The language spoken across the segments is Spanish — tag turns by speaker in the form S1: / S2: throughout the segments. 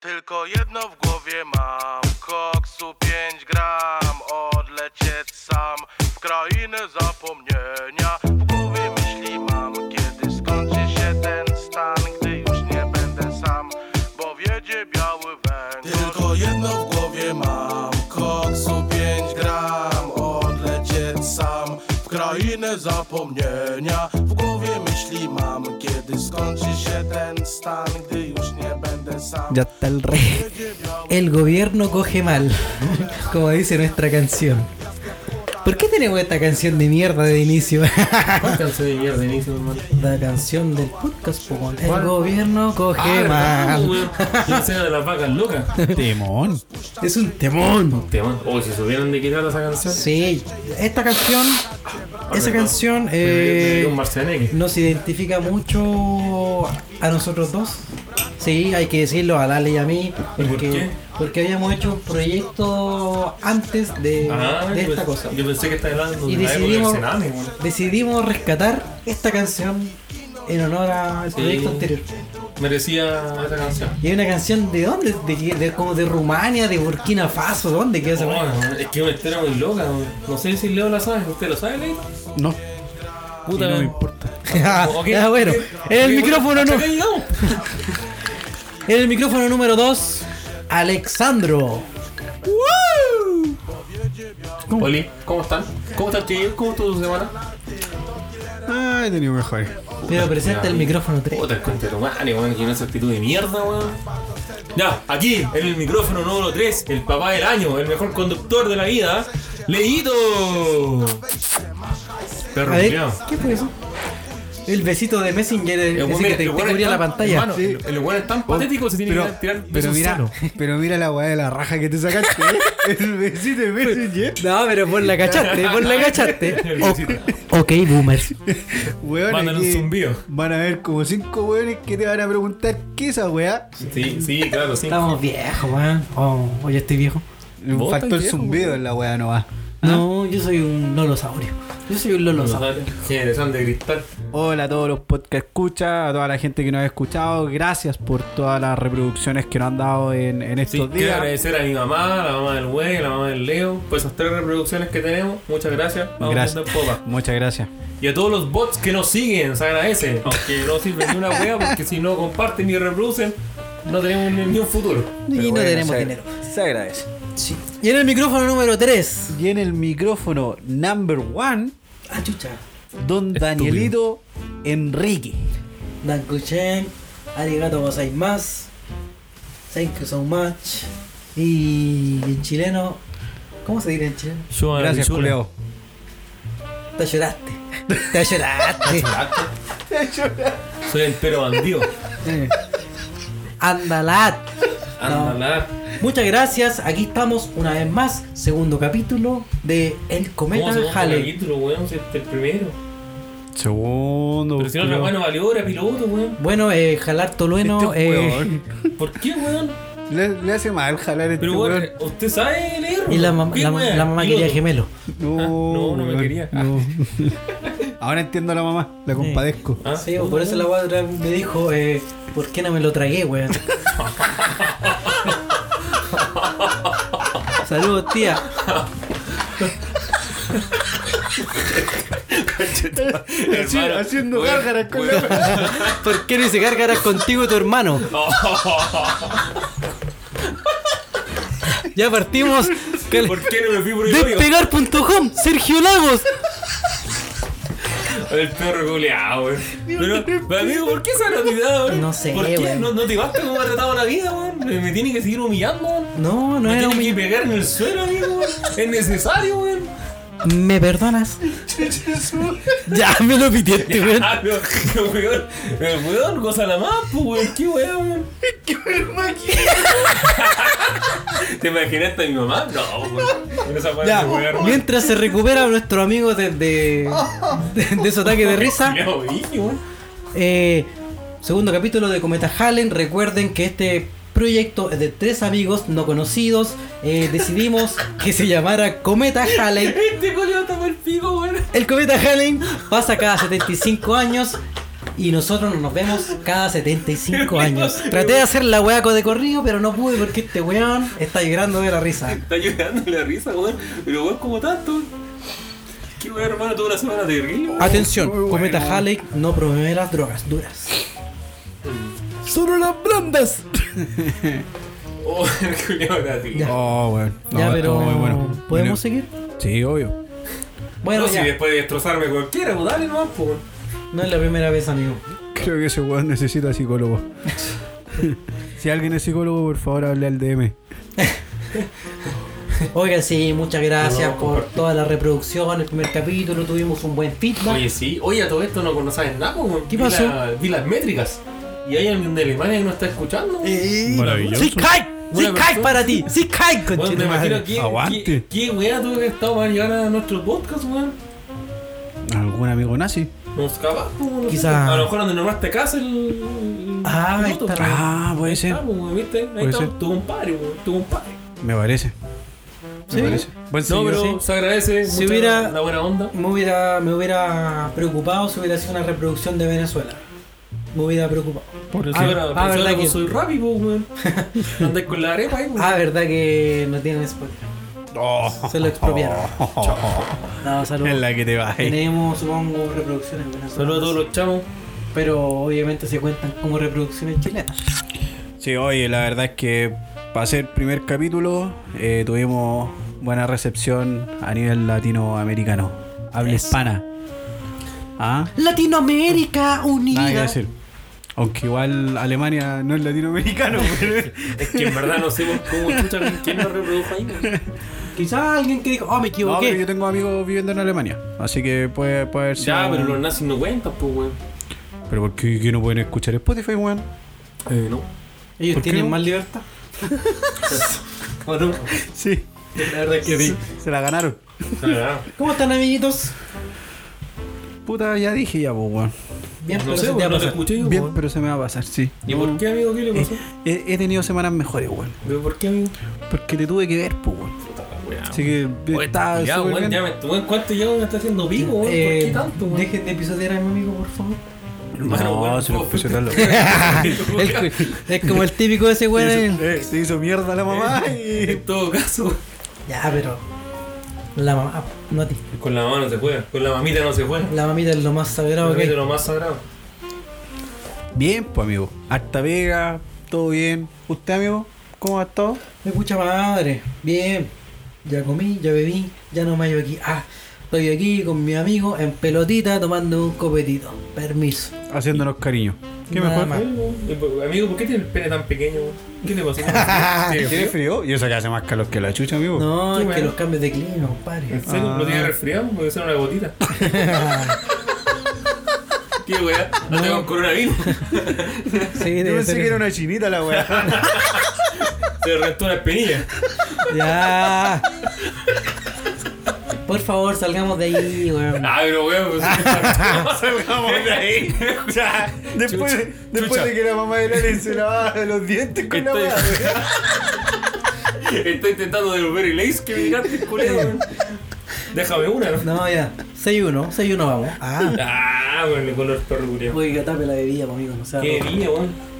S1: Tylko jedno w głowie mam Koksu 5 gram Odlecieć sam W krainę zapomnienia W głowie myśli mam Kiedy skończy się ten stan Gdy już nie będę sam Bo wiedzie biały węgiel Tylko jedno w głowie mam Koksu 5 gram Odlecieć sam W krainę zapomnienia W głowie myśli mam Kiedy skończy się ten stan Gdy już nie będę sam
S2: Ya está el rey. El gobierno coge mal, como dice nuestra canción. ¿Por qué tenemos esta canción de mierda de inicio?
S3: ¿Cuál canción de mierda inicio, hermano?
S2: La canción del podcast, po, weón. El
S3: ¿Cuál?
S2: gobierno coge
S3: Ah,
S2: mal.
S3: weón. La escena de las vacas locas.
S4: Temón.
S2: Es un temón.
S3: Tema. Oh, si supieron de qué trata esa canción.
S2: Sí, esta canción, esa canción
S3: De
S2: eh,
S3: un Marcianeque.
S2: nos identifica mucho a nosotros dos. Sí, hay que decirlo a Lale y a mí,
S3: ¿Y por
S2: porque,
S3: qué?
S2: porque habíamos hecho un proyecto antes de,
S3: Ah,
S2: de
S3: yo
S2: esta
S3: pens-
S2: cosa.
S3: Yo pensé que estaba hablando de
S2: Y
S3: la época del
S2: decidimos,
S3: tsunami, weón.
S2: decidimos rescatar esta canción en honor al proyecto anterior.
S3: Merecía esa canción.
S2: Y hay una canción de dónde? De, de- de- como de Rumania, de Burkina Faso, ¿dónde queda esa
S3: Oh,
S2: weá?
S3: no, es que una historia muy loca. weón. No sé si Leo la sabe. ¿Usted lo sabe, Leo?
S4: No.
S3: Puta,
S4: no me
S3: importa.
S2: Ah, ya, bueno, en el micrófono no. En el micrófono número 2, Alexandro.
S3: Oli, ¿cómo están? ¿Cómo están, chicos? ¿Cómo estuvo su semana?
S4: Ah, he tenido mejores.
S2: Pero presenta el micrófono 3.
S3: Puta, el conterrumano, weón, que no esa actitud de mierda, weón. Ya, aquí, en el micrófono número 3, el papá del año, el mejor conductor de la vida, Leito. Perro,
S2: A ver,
S3: culiao.
S2: ¿qué fue eso? El besito de Messenger, el,
S3: El
S2: ese
S3: weón-
S2: que te,
S3: el
S2: te
S3: weón
S2: cubría
S3: es
S2: la
S3: tan-
S2: pantalla.
S3: hermano, el- El weón es tan patético se tiene
S4: Pero,
S3: que tirar
S4: pero
S3: besos
S4: mira,
S3: sano.
S4: pero mira la weá de la raja que te sacaste. ¿eh? El besito de ¿eh? Messenger.
S2: No, pero vos la cachaste, vos la cachaste.
S3: El besito.
S2: ok, boomers.
S4: Weón,
S3: Mandan un
S4: aquí
S3: zumbido.
S4: Van a ver como cinco weones que te van a preguntar qué es esa weá.
S3: Sí, sí, claro, sí.
S2: Estamos viejos, weón. Oh, oh, yo estoy viejo.
S4: Un
S3: Vos
S4: factor
S3: también,
S4: zumbido en la weá no va.
S3: Ah.
S2: No, yo soy un lolosaurio. Yo soy un lolosaurio.
S3: Generación de cristal.
S4: Hola a todos los podcast escucha, a toda la gente que nos ha escuchado, gracias por todas las reproducciones que nos han dado en, en
S3: Sí,
S4: estos
S3: quiero
S4: días.
S3: agradecer a mi mamá, a la mamá del güey, a la mamá del Leo, pues esas tres reproducciones que tenemos. Muchas gracias. Vamos
S4: Gracias.
S3: viendo en popa.
S4: Muchas gracias.
S3: Y a todos los bots que nos siguen, se agradece. Aunque no sirven ni una wea, porque si no comparten ni reproducen, no tenemos ni, ni un futuro.
S2: Y no tenemos dinero.
S4: Se agradece.
S2: Sí. Y en el micrófono número 3.
S4: Y en el micrófono number one,
S2: Ah, chucha.
S4: don Danielito Enrique.
S2: Dankuchen, arigato más. Thank you so much. Y en chileno, ¿cómo se diría en chileno?
S4: Gracias, Julio.
S2: Te lloraste. Te lloraste.
S3: Soy el pero bandido.
S2: Andalat.
S3: Ándala.
S2: Muchas gracias. Aquí estamos una vez más. Segundo capítulo de El
S3: ¿Cómo
S2: Cometa
S3: se llama el
S2: Halley.
S3: capítulo, weón? Si este es el primero.
S4: Segundo.
S3: Pero si no, la
S4: culiao.
S3: weá no valió, era piloto, weón.
S2: Bueno, eh, Jalar Tolueno.
S4: Este
S2: eh,
S4: weón.
S3: ¿Por qué, weón?
S4: Le, le hace mal jalar este
S3: Pero eh, weón,
S4: weón.
S3: ¿usted sabe leer?
S2: y la, mam-
S3: ¿Qué
S2: la-
S3: weón?
S2: la mamá
S3: Piloto.
S2: quería gemelo.
S4: No,
S3: ah, no, no me
S4: weón,
S3: quería.
S4: no. Ahora entiendo a la mamá, la compadezco.
S3: Ah,
S2: Sí, pues, por eso la guadra me dijo, eh, ¿por qué no me lo tragué, weón? Saludos, tía.
S4: Así-
S3: Hermano,
S4: haciendo
S3: weón,
S4: gárgaras con la
S2: ¿Por qué no hice gárgaras contigo y tu hermano? Ya partimos.
S3: ¿Por qué no me fui por el hoyo?
S2: Despegar.com, Sergio Lagos.
S3: El perro culeado, weón. Pero, pero, amigo, ¿por qué se han olvidado, weón?
S2: No sé,
S3: ¿Por qué?
S2: weón.
S3: ¿No, no te basta cómo me ha tratado la vida, weón? Me, me tiene que seguir humillando, weón.
S2: No, no
S3: me
S2: era
S3: tiene
S2: un...
S3: que pegar en el suelo, amigo, weón. Es necesario, weón.
S2: ¿Me perdonas? ya, me lo pidiste, weón.
S3: Ah, pero, pero, weón, el weón, cosa la más, pues, weón. Qué weón, weón. ¿Te imaginaste a mi mamá? No, weón. Con esa parte
S2: Ya,
S3: de weón, weón.
S2: mientras se recupera nuestro amigo de, de, de, de su ataque de risa,
S3: Culeado, weón.
S2: eh, segundo capítulo de Cometa Halen. Recuerden que este proyecto es de tres amigos no conocidos. Eh, decidimos que se llamara Cometa Halen.
S3: Este culeado está por el pico, weón.
S2: El Cometa Halley pasa cada 75 años. Y nosotros nos vemos cada 75 años. Traté de hacer la weá de corrido, pero no pude porque este weón está llorando de la risa.
S3: Está llorando la risa, weón. Pero weón, como tanto. Qué weón, hermano, toda la semana terrible.
S2: Atención,
S5: Muy bueno.
S2: cometa Halley no promueve las drogas duras. Solo las blandas.
S3: Oh, el culiao era tío.
S2: Ya.
S5: Oh, weón. No,
S2: ya,
S5: estuvo
S2: pero
S5: muy bueno.
S2: ¿podemos
S5: Mira.
S2: seguir?
S5: Sí, obvio.
S2: Bueno,
S3: no, si
S2: ya.
S3: después de destrozarme cualquiera, pues dale nomás, pues. weón.
S2: no es la primera vez, amigo.
S5: Creo que ese weón necesita psicólogo. si alguien es psicólogo, por favor, hable al DM.
S2: Oigan, sí, muchas gracias
S3: No,
S2: por
S3: compartir.
S2: toda la reproducción, el primer capítulo, tuvimos un buen feedback.
S3: Oye, sí. Oye, a todo esto no, no sabes nada, pues. weón.
S2: ¿Qué
S3: Vi
S2: pasó?
S3: la- vi las métricas. Y hay alguien de Alemania que no está escuchando.
S2: Eh,
S5: Maravilloso.
S2: ¡Sí, Kai! ¡Sí,
S3: Una
S2: Kai
S3: persona-
S2: para ti! ¡Sí, Kai,
S3: Bueno, me imagino
S2: conchetumadre!
S3: que,
S5: Aguante.
S3: que, que weá tuve que estar para llegar a nuestro podcast, weón.
S5: ¿Algún amigo nazi?
S3: Nos capaz, pues, no sé.
S2: Quizá-
S3: A lo mejor donde nombraste casa el. el-
S2: Ah,
S3: el
S2: ahí
S3: otro,
S2: está.
S3: pues.
S5: Ah, puede
S3: Ahí
S5: ser.
S3: está, pues, ¿viste? Ahí
S5: Puede
S3: está,
S5: ser.
S3: tu compadre, weón, tu compadre.
S5: Me parece.
S2: Sí.
S5: Me parece. Buen
S3: No,
S5: señor.
S3: pero
S2: Pues sí.
S3: se agradece
S2: Si
S3: mucho
S2: hubiera- Ah,
S3: la buena onda.
S2: Me hubiera, me hubiera preocupado si hubiera sido una reproducción de Venezuela. Me hubiera preocupado.
S5: Por eso.
S3: Ah, pero
S2: Ah, verdad
S3: ah, que
S2: que-
S3: soy rápido, weón. Andas con la arepa ahí, pues. weón.
S2: Ah, verdad que no tienen Spotify.
S5: Oh,
S2: Se lo expropiaron. No, saludos.
S5: en la que te bajé.
S2: Tenemos, supongo, reproducciones en Venezuela.
S3: Saludos a todos los chamos.
S2: Pero obviamente se cuentan como reproducciones chilenas.
S5: Sí, oye, la verdad es que para ser primer capítulo eh, tuvimos buena recepción a nivel latinoamericano. Habla
S2: Eso.
S5: hispana. ¿Ah?
S2: Latinoamérica unida.
S5: Nada que decir. Aunque igual Alemania no es latinoamericano, pero...
S3: Es que en verdad no sé cómo escuchan quién nos reprodujo ahí, weón.
S2: Quizá alguien que dijo, oh, me
S5: No,
S2: equivoqué.
S5: pero yo tengo amigos viviendo en Alemania, así que puede, puede haber sido...
S3: Ya, pero los nazis no cuentan, pues, weón.
S5: ¿Pero por qué, que no pueden escuchar Spotify, weón?
S3: Eh, no.
S2: Ellos
S5: ¿Por qué
S2: tienen
S5: no?
S2: más libertad. ¿O no?
S5: Sí,
S2: La verdad es que sí.
S5: se la ganaron.
S2: ¿Cómo están, amiguitos?
S5: Puta, ya dije ya, pues, weón.
S2: Bien,
S3: No
S2: pero
S3: sé,
S2: se te
S3: weón,
S2: va
S3: no
S2: a
S3: te
S2: pasar.
S3: escuché yo,
S5: Bien,
S3: weón.
S5: pero se me va a pasar, sí.
S3: ¿Y por qué, amigo?
S2: Eh.
S3: ¿Qué le
S5: He,
S3: pasó?
S5: he- he tenido semanas mejores, weón.
S3: ¿Pero por qué, amigo?
S5: Porque te tuve que ver, pues, weón.
S3: Puta la weá,
S5: Así que
S3: Oye,
S5: estaba
S3: ya,
S5: súper
S3: weón,
S5: bien.
S3: ya me- weón, ¿Cuánto ya me está haciendo vivo, weón? ¿Por
S2: Eh,
S3: qué tanto, weón?
S2: Dejen de pisotear a mi amigo, por favor.
S3: Hermano,
S5: No,
S3: weón,
S5: se lo
S3: vos-
S5: puse a
S2: es como el típico de ese weón.
S5: Eh, se hizo mierda la mamá y...
S3: En todo caso,
S2: Ya, pero. La mamá, no a ti.
S3: con la mamá no se juega, con la mamita no se juega.
S2: La mamita es lo más sagrado que
S3: Es de
S2: hay.
S3: lo más sagrado.
S5: Bien, pues, amigo. Hasta Vega, todo bien. ¿Usted, amigo? ¿Cómo va todo?
S2: Me pucha madre. Bien. Ya comí, ya bebí, ya no me hallo aquí. Ah, estoy aquí con mi amigo en pelotita tomando un copetito. Permiso.
S5: Haciéndonos cariño. ¿Qué
S2: Nada
S5: mejor?
S2: más.
S3: Eh, po- Amigo, ¿por qué tiene el pene tan pequeño? weón? ¿Qué te pasó?
S5: ¿Tiene frío? Y eso que hace más calor que la chucha, amigo.
S2: No,
S3: Qué
S2: es que
S3: bueno.
S2: los cambios de clima, compadre.
S3: ¿En serio? ¿Lo tiene resfriado? Me voy a hacer una gotita. ¿Qué weá? No tengo coronavirus.
S2: Sí,
S5: Yo
S2: debe
S5: pensé
S2: ser
S5: que
S2: eso.
S5: era una chinita la weá.
S3: Se rentó una espinilla.
S2: Ya. Por favor, salgamos de ahí, weón.
S3: Ah, pero weón, pues. Salgamos de ahí.
S5: después
S3: Chucha,
S5: después
S3: chucha.
S5: de que la mamá de Lali se lavaba los dientes con la
S3: Estoy-
S5: weá. weá.
S3: Estoy intentando devolver el ace que me tiraste, culero. weón. Déjame una, ¿no?
S2: No, ya. 6-1, 6-1 vamos. Ah.
S3: Ah, weón, el color perro culiao.
S2: Oiga, tape la bebida, pues, amigo. No sea,
S3: Qué
S2: roto.
S3: niña, weón.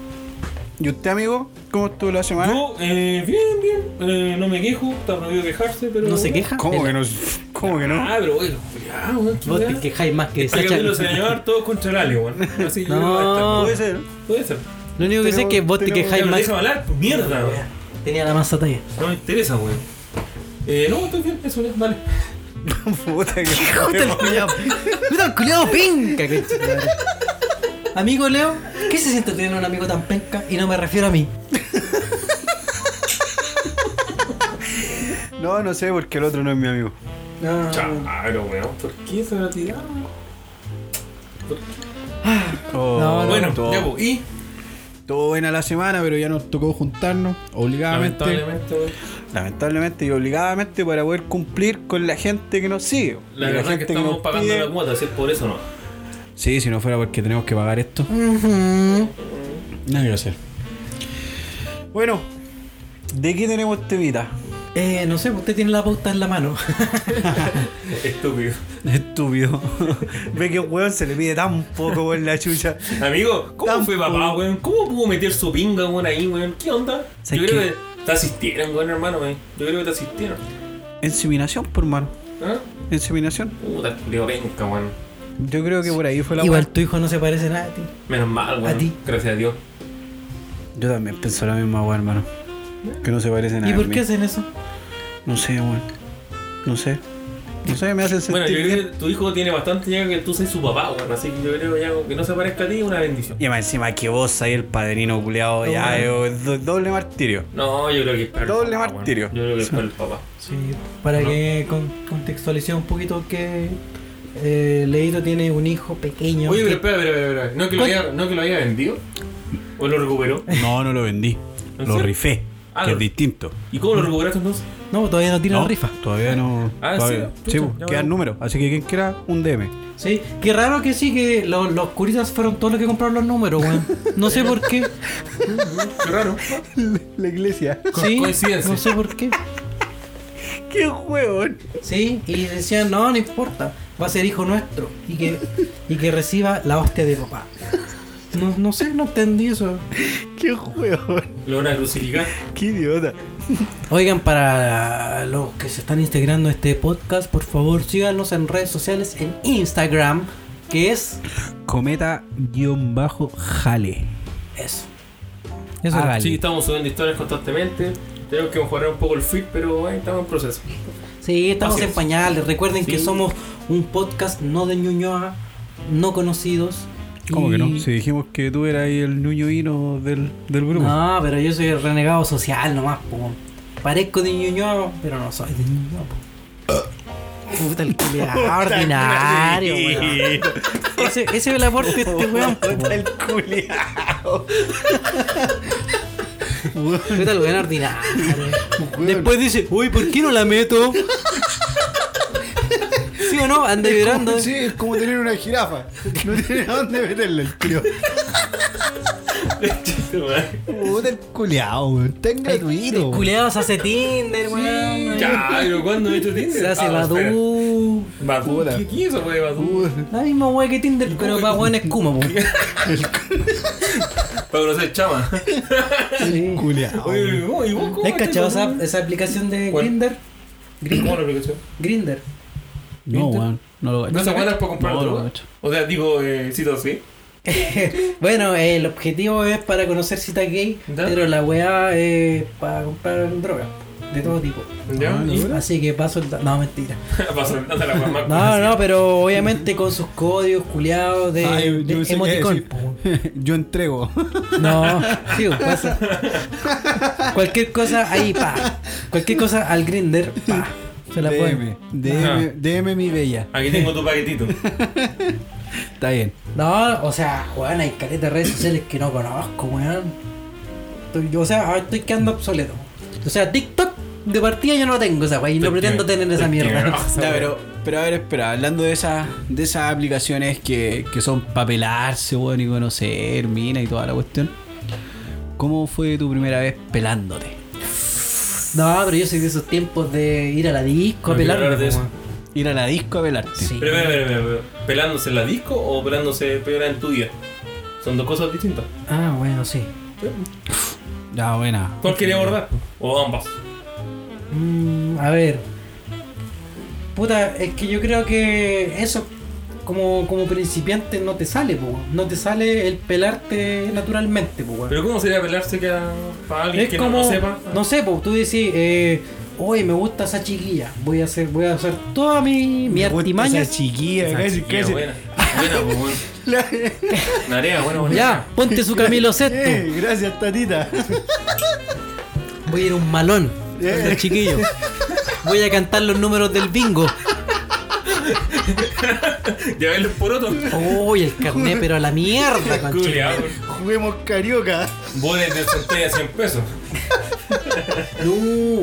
S5: ¿Y usted, amigo? ¿Cómo estuvo la semana?
S3: Yo, eh, bien, bien. Eh, no me quejo, está prohibido quejarse, pero.
S2: no se queja.
S5: ¿Cómo que no? ¿Cómo que no?
S3: Ah, pero weón, ya, weón, qué
S2: Vos
S3: weá.
S2: te quejáis más que
S3: Este
S2: Sacha.
S3: capítulo se va a llamar todos contra el Ale, weón. Así yo
S2: No.
S3: creo que va a
S5: Puede
S3: estar.
S5: ser.
S3: Puede ser.
S2: Lo único que sé es que vos te
S5: Tenemos-
S3: Ya,
S2: quejáis
S3: pero
S2: más.
S3: déjame hablar, pues mierda, weón.
S2: Tenía la masa talla.
S3: No me interesa, weón. Eh, no, estoy bien, eso es, vale.
S5: Puta que.
S2: Puta el culiao. Puta el culiao penca. que- Amigo Leo, ¿qué se siente tener un amigo tan penca? Y no me refiero a mí.
S5: No, no sé, porque el otro no es mi amigo.
S2: No.
S3: Claro, Ah, weón. ¿Por qué se va a tirar, weón? ¿Por qué?
S2: No, no.
S3: Bueno,
S5: todo,
S3: ya, pues, y.
S5: todo Oh. buena la semana, pero ya nos tocó juntarnos, obligadamente.
S3: Lamentablemente, weón.
S5: Lamentablemente y obligadamente para poder cumplir con la gente que nos sigue.
S3: La
S5: Y
S3: verdad es
S5: gente
S3: que
S5: nos
S3: estamos pagando
S5: pide.
S3: la cuota, si es por eso no.
S5: Sí, si no fuera porque tenemos que pagar esto.
S2: Ujú.
S5: Nada que hacer. Bueno, ¿de qué tenemos temita?
S2: Eh, no sé, usted tiene la pauta en la mano.
S3: Estúpido.
S4: Estúpido. Ve que un weón se le pide tan poco, weón, la chucha.
S3: Amigo, ¿cómo
S4: Tan
S3: fue papá,
S4: poco.
S3: weón? ¿Cómo pudo meter su pinga, weón, ahí, weón? ¿Qué onda? Yo
S4: ¿Sabes
S3: creo
S4: qué?
S3: que te asistieron, weón, hermano, weón. Yo creo que te asistieron.
S4: Inseminación, por mano.
S3: ¿Ah?
S4: Inseminación.
S3: Puta, culiao penca, weón.
S4: Yo creo que por ahí fue la
S2: Igual tu hijo no se parece nada a ti.
S3: Menos mal, weón.
S2: ¿A ti?
S3: Gracias a Dios.
S4: weá. Yo también pienso la misma weón, hermano. Que no se parece nada.
S2: ¿Y
S4: a
S2: por
S4: mí.
S2: qué hacen eso?
S4: No sé, weón. No sé. No sé, me hace sentir.
S3: Bueno, yo
S4: bien.
S3: creo que tu hijo tiene bastante ya que tú seas su papá, weón. Así que yo creo que ya que no se parezca a ti es una bendición.
S4: Y más encima que vos ahí el padrino culeado, ya es do- doble martirio.
S3: No, yo creo que es para el
S4: Doble
S3: papá, weón.
S4: martirio.
S3: Yo creo que es para el papá.
S2: Sí, para que con- contextualice un poquito que eh, Leito tiene un hijo pequeño.
S3: Oye, pero
S2: que-
S3: espera, espera, espera. espera. ¿No que, lo
S2: ¿Cuál?
S3: haya, ¿No que lo haya vendido? ¿O lo recuperó?
S5: Eh.
S4: No, no lo vendí.
S3: ¿En
S4: Lo
S3: serio?
S4: rifé,
S3: Ah,
S4: que
S3: lo-
S4: es distinto.
S3: ¿Y cómo lo recuperaste entonces?
S2: No, todavía no tiene
S4: No,
S2: la rifa.
S4: Todavía no.
S3: Ah,
S4: todavía-
S3: sí,
S4: Sí,
S3: chucha,
S4: pues,
S3: ya
S4: quedan
S3: veo.
S4: números. Así que quien quiera, un DM.
S2: Sí, qué raro que sí, que lo- los curitas fueron todos los que compraron los números, weón. No sé por qué.
S3: Qué raro.
S4: La iglesia.
S3: Co-
S2: Sí,
S3: coincidencia.
S2: no sé por qué.
S4: ¡Qué huevón!
S2: Sí, y decían, no, no importa, va a ser hijo nuestro y que, y que reciba la hostia de papá. No, no sé, no entendí eso.
S4: ¡Qué huevón!
S3: Lo van a crucificar.
S4: ¡Qué idiota!
S2: Oigan, para los que se están integrando a este podcast, por favor síganos en redes sociales, en Instagram, que es
S4: Cometa-jale.
S2: eso. Ah,
S4: Hágale.
S3: Sí, estamos subiendo historias constantemente. Tenemos que mejorar un poco el feed, pero eh, estamos en proceso.
S2: Sí, estamos
S3: Así
S2: en
S3: es.
S2: pañales. Recuerden que
S3: Sí.
S2: somos un podcast no de Ñuñoa, no conocidos.
S4: ¿Cómo que no?
S2: y-
S4: Si dijimos que tú eras ahí el nuño hino del, del grupo.
S2: No, pero yo soy el renegado social nomás, po. Parezco de Ñuñoa, pero no soy de Ñuñoa, po. Puta el culiao, ordinario, weón. Ese, ese es el aporte de este weón, po.
S4: el culiao.
S2: Puta el weón ordinario. Después dice, uy, ¿por qué no la meto? ¿Sí o no? Anda llorando.
S5: Sí, es como tener una jirafa. No tiene a dónde meterle el culiao. Puta el culiao, weón. Está en gratuito.
S2: El
S5: weón.
S2: culiao se hace Tinder, weón.
S3: ya, pero ¿cuándo he hecho Tinder?
S2: Se hace
S3: Ah, espera.
S2: Badu.
S3: Badoo,
S5: Puta.
S3: ¿Qué, ¿Qué es eso, wey, Badoo?
S5: Puta,
S2: La misma weá que Tinder, pero para weones Kuma, po.
S3: Para conocer chama.
S5: el culiao.
S3: Oye,
S5: weón.
S3: ¿cómo- ¿y vos cómo?
S2: ¿Has cachado esa,
S3: ¿Cómo
S2: esa aplicación de
S3: ¿Cuál?
S2: Grinder?
S3: es la aplicación?
S2: Grinder.
S4: No, weón. No lo
S3: ¿No
S4: gacho.
S3: se acuerdan para comprar
S4: No, no,
S3: droga?
S4: macho.
S3: O sea, digo, eh, citas así.
S2: Bueno, eh, el objetivo es para conocer citas gay,
S3: ¿Ya?
S2: pero la weá es para comprar droga de todo tipo.
S3: ¿Ya?
S4: Ah,
S3: Y-
S2: Así que paso el... da- No, mentira.
S3: Pasó el dato a la wea más
S5: Ah,
S2: No, no, pero obviamente con sus códigos culiados de,
S5: Ay, Ah, yo
S2: de
S5: pensé que iba a
S2: emoticón.
S5: decir, Yo entrego.
S2: No, sí, pasa. Cualquier cosa ahí, pa. Cualquier cosa al Grinder, pa. Se la
S5: DM,
S2: ponen.
S5: DM,
S3: Ajá.
S5: DM mi bella.
S3: Aquí tengo tu paquetito.
S4: Está bien.
S2: No, o sea, weón, hay caleta de redes sociales que no conozco, weón. Estoy- yo, o sea, ahora estoy quedando obsoleto. O sea, TikTok de partida yo no tengo esa weón, y no pretendo tener esa mierda.
S4: Ya, pero, pero a ver, espera, hablando de esas, de esas aplicaciones que, que son papelarse, weón, y conocer, mina y toda la cuestión. ¿Cómo fue tu primera vez pelándote?
S2: No, pero yo soy de esos tiempos de ir a la disco, a
S3: No quiero
S2: pelarme,
S3: hablar de
S2: po,
S3: eso.
S2: weón.
S4: Ir a la disco a pelarte.
S2: Sí.
S3: Pero, pero, pero, pero, pero, ¿pelándose en la disco o pelándose pera en tu día? Son dos cosas distintas.
S2: Ah, bueno, sí.
S4: Ya, buena.
S3: ¿Cuál quería abordar? O ambas.
S2: Mm, a ver. Puta, es que yo creo que eso como, como principiante no te sale, po. weón. No te sale el pelarte naturalmente, po. weón.
S3: ¿Pero cómo sería pelarse que a, para alguien
S2: Es
S3: que
S2: como,
S3: no lo sepa?
S2: no sé, pues tú decís, eh, oye, me gusta esa chiquilla, voy a hacer, voy a hacer toda mi, mi artimaña.
S5: Esa chiquilla,
S3: Esa
S5: casi,
S3: chiquilla
S5: casi.
S3: Buena, buena, pues, bueno. Narea, bueno, bueno.
S2: Ya, ponte su Camilo Sesto.
S5: Eh, gracias, tatita.
S2: Voy a ir a un malón con
S5: Eh.
S2: los chiquillos. Voy a cantar los números del bingo.
S3: Ya ven los porotos.
S2: Uy, el carné, pero a la mierda, conchita.
S3: Culeado.
S5: Juguemos carioca.
S3: Bones de centella 100 pesos.
S2: No,